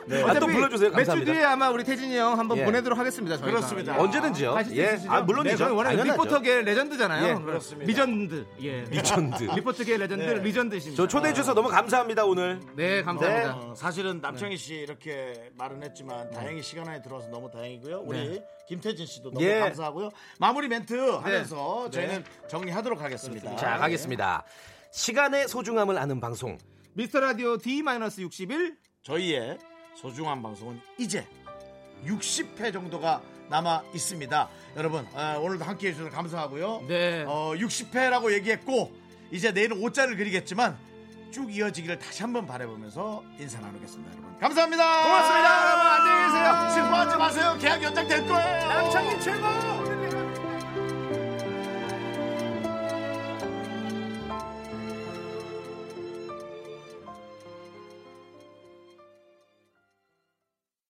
네. 아, 또 불러주세요. 몇주 감사합니다. 뒤에 아마 우리 태진이 형 한번 예. 보내도록 하겠습니다. 저희가. 그렇습니다. 언제든지요. 하실 수 예. 있으시죠? 아, 물론이죠. 네, 저희 원래 당연하죠. 리포터계 레전드잖아요. 예, 그렇습니다. 리전드. 예. 리전드. 네. 리포터계 레전드 리전드십니다. 어. 저 초대해 주셔서 너무 감사합니다 오늘. 네, 감사합니다. 어, 사실은 남창희 씨 이렇게 말은 했지만 다행히 시간 안에 들어와서 너무 다행이고요. 우리 네. 김태진 씨도 너무 예. 감사하고요. 마무리 멘트 네. 하면서 저희는 정리하도록 하겠습니다. 자 가겠습니다. 시간의 소중함을 아는 방송. 미스터 라디오 D-61 저희의 소중한 방송은 이제 60회 정도가 남아 있습니다. 여러분 어, 오늘도 함께해 주셔서 감사하고요. 네. 어, 60회라고 얘기했고 이제 내일은 5자를 그리겠지만 쭉 이어지기를 다시 한번 바라보면서 인사 나누겠습니다. 여러분 감사합니다. 고맙습니다, 여러분. 안녕히 계세요. 슬퍼하지 마세요. 계약 연장될 거예요.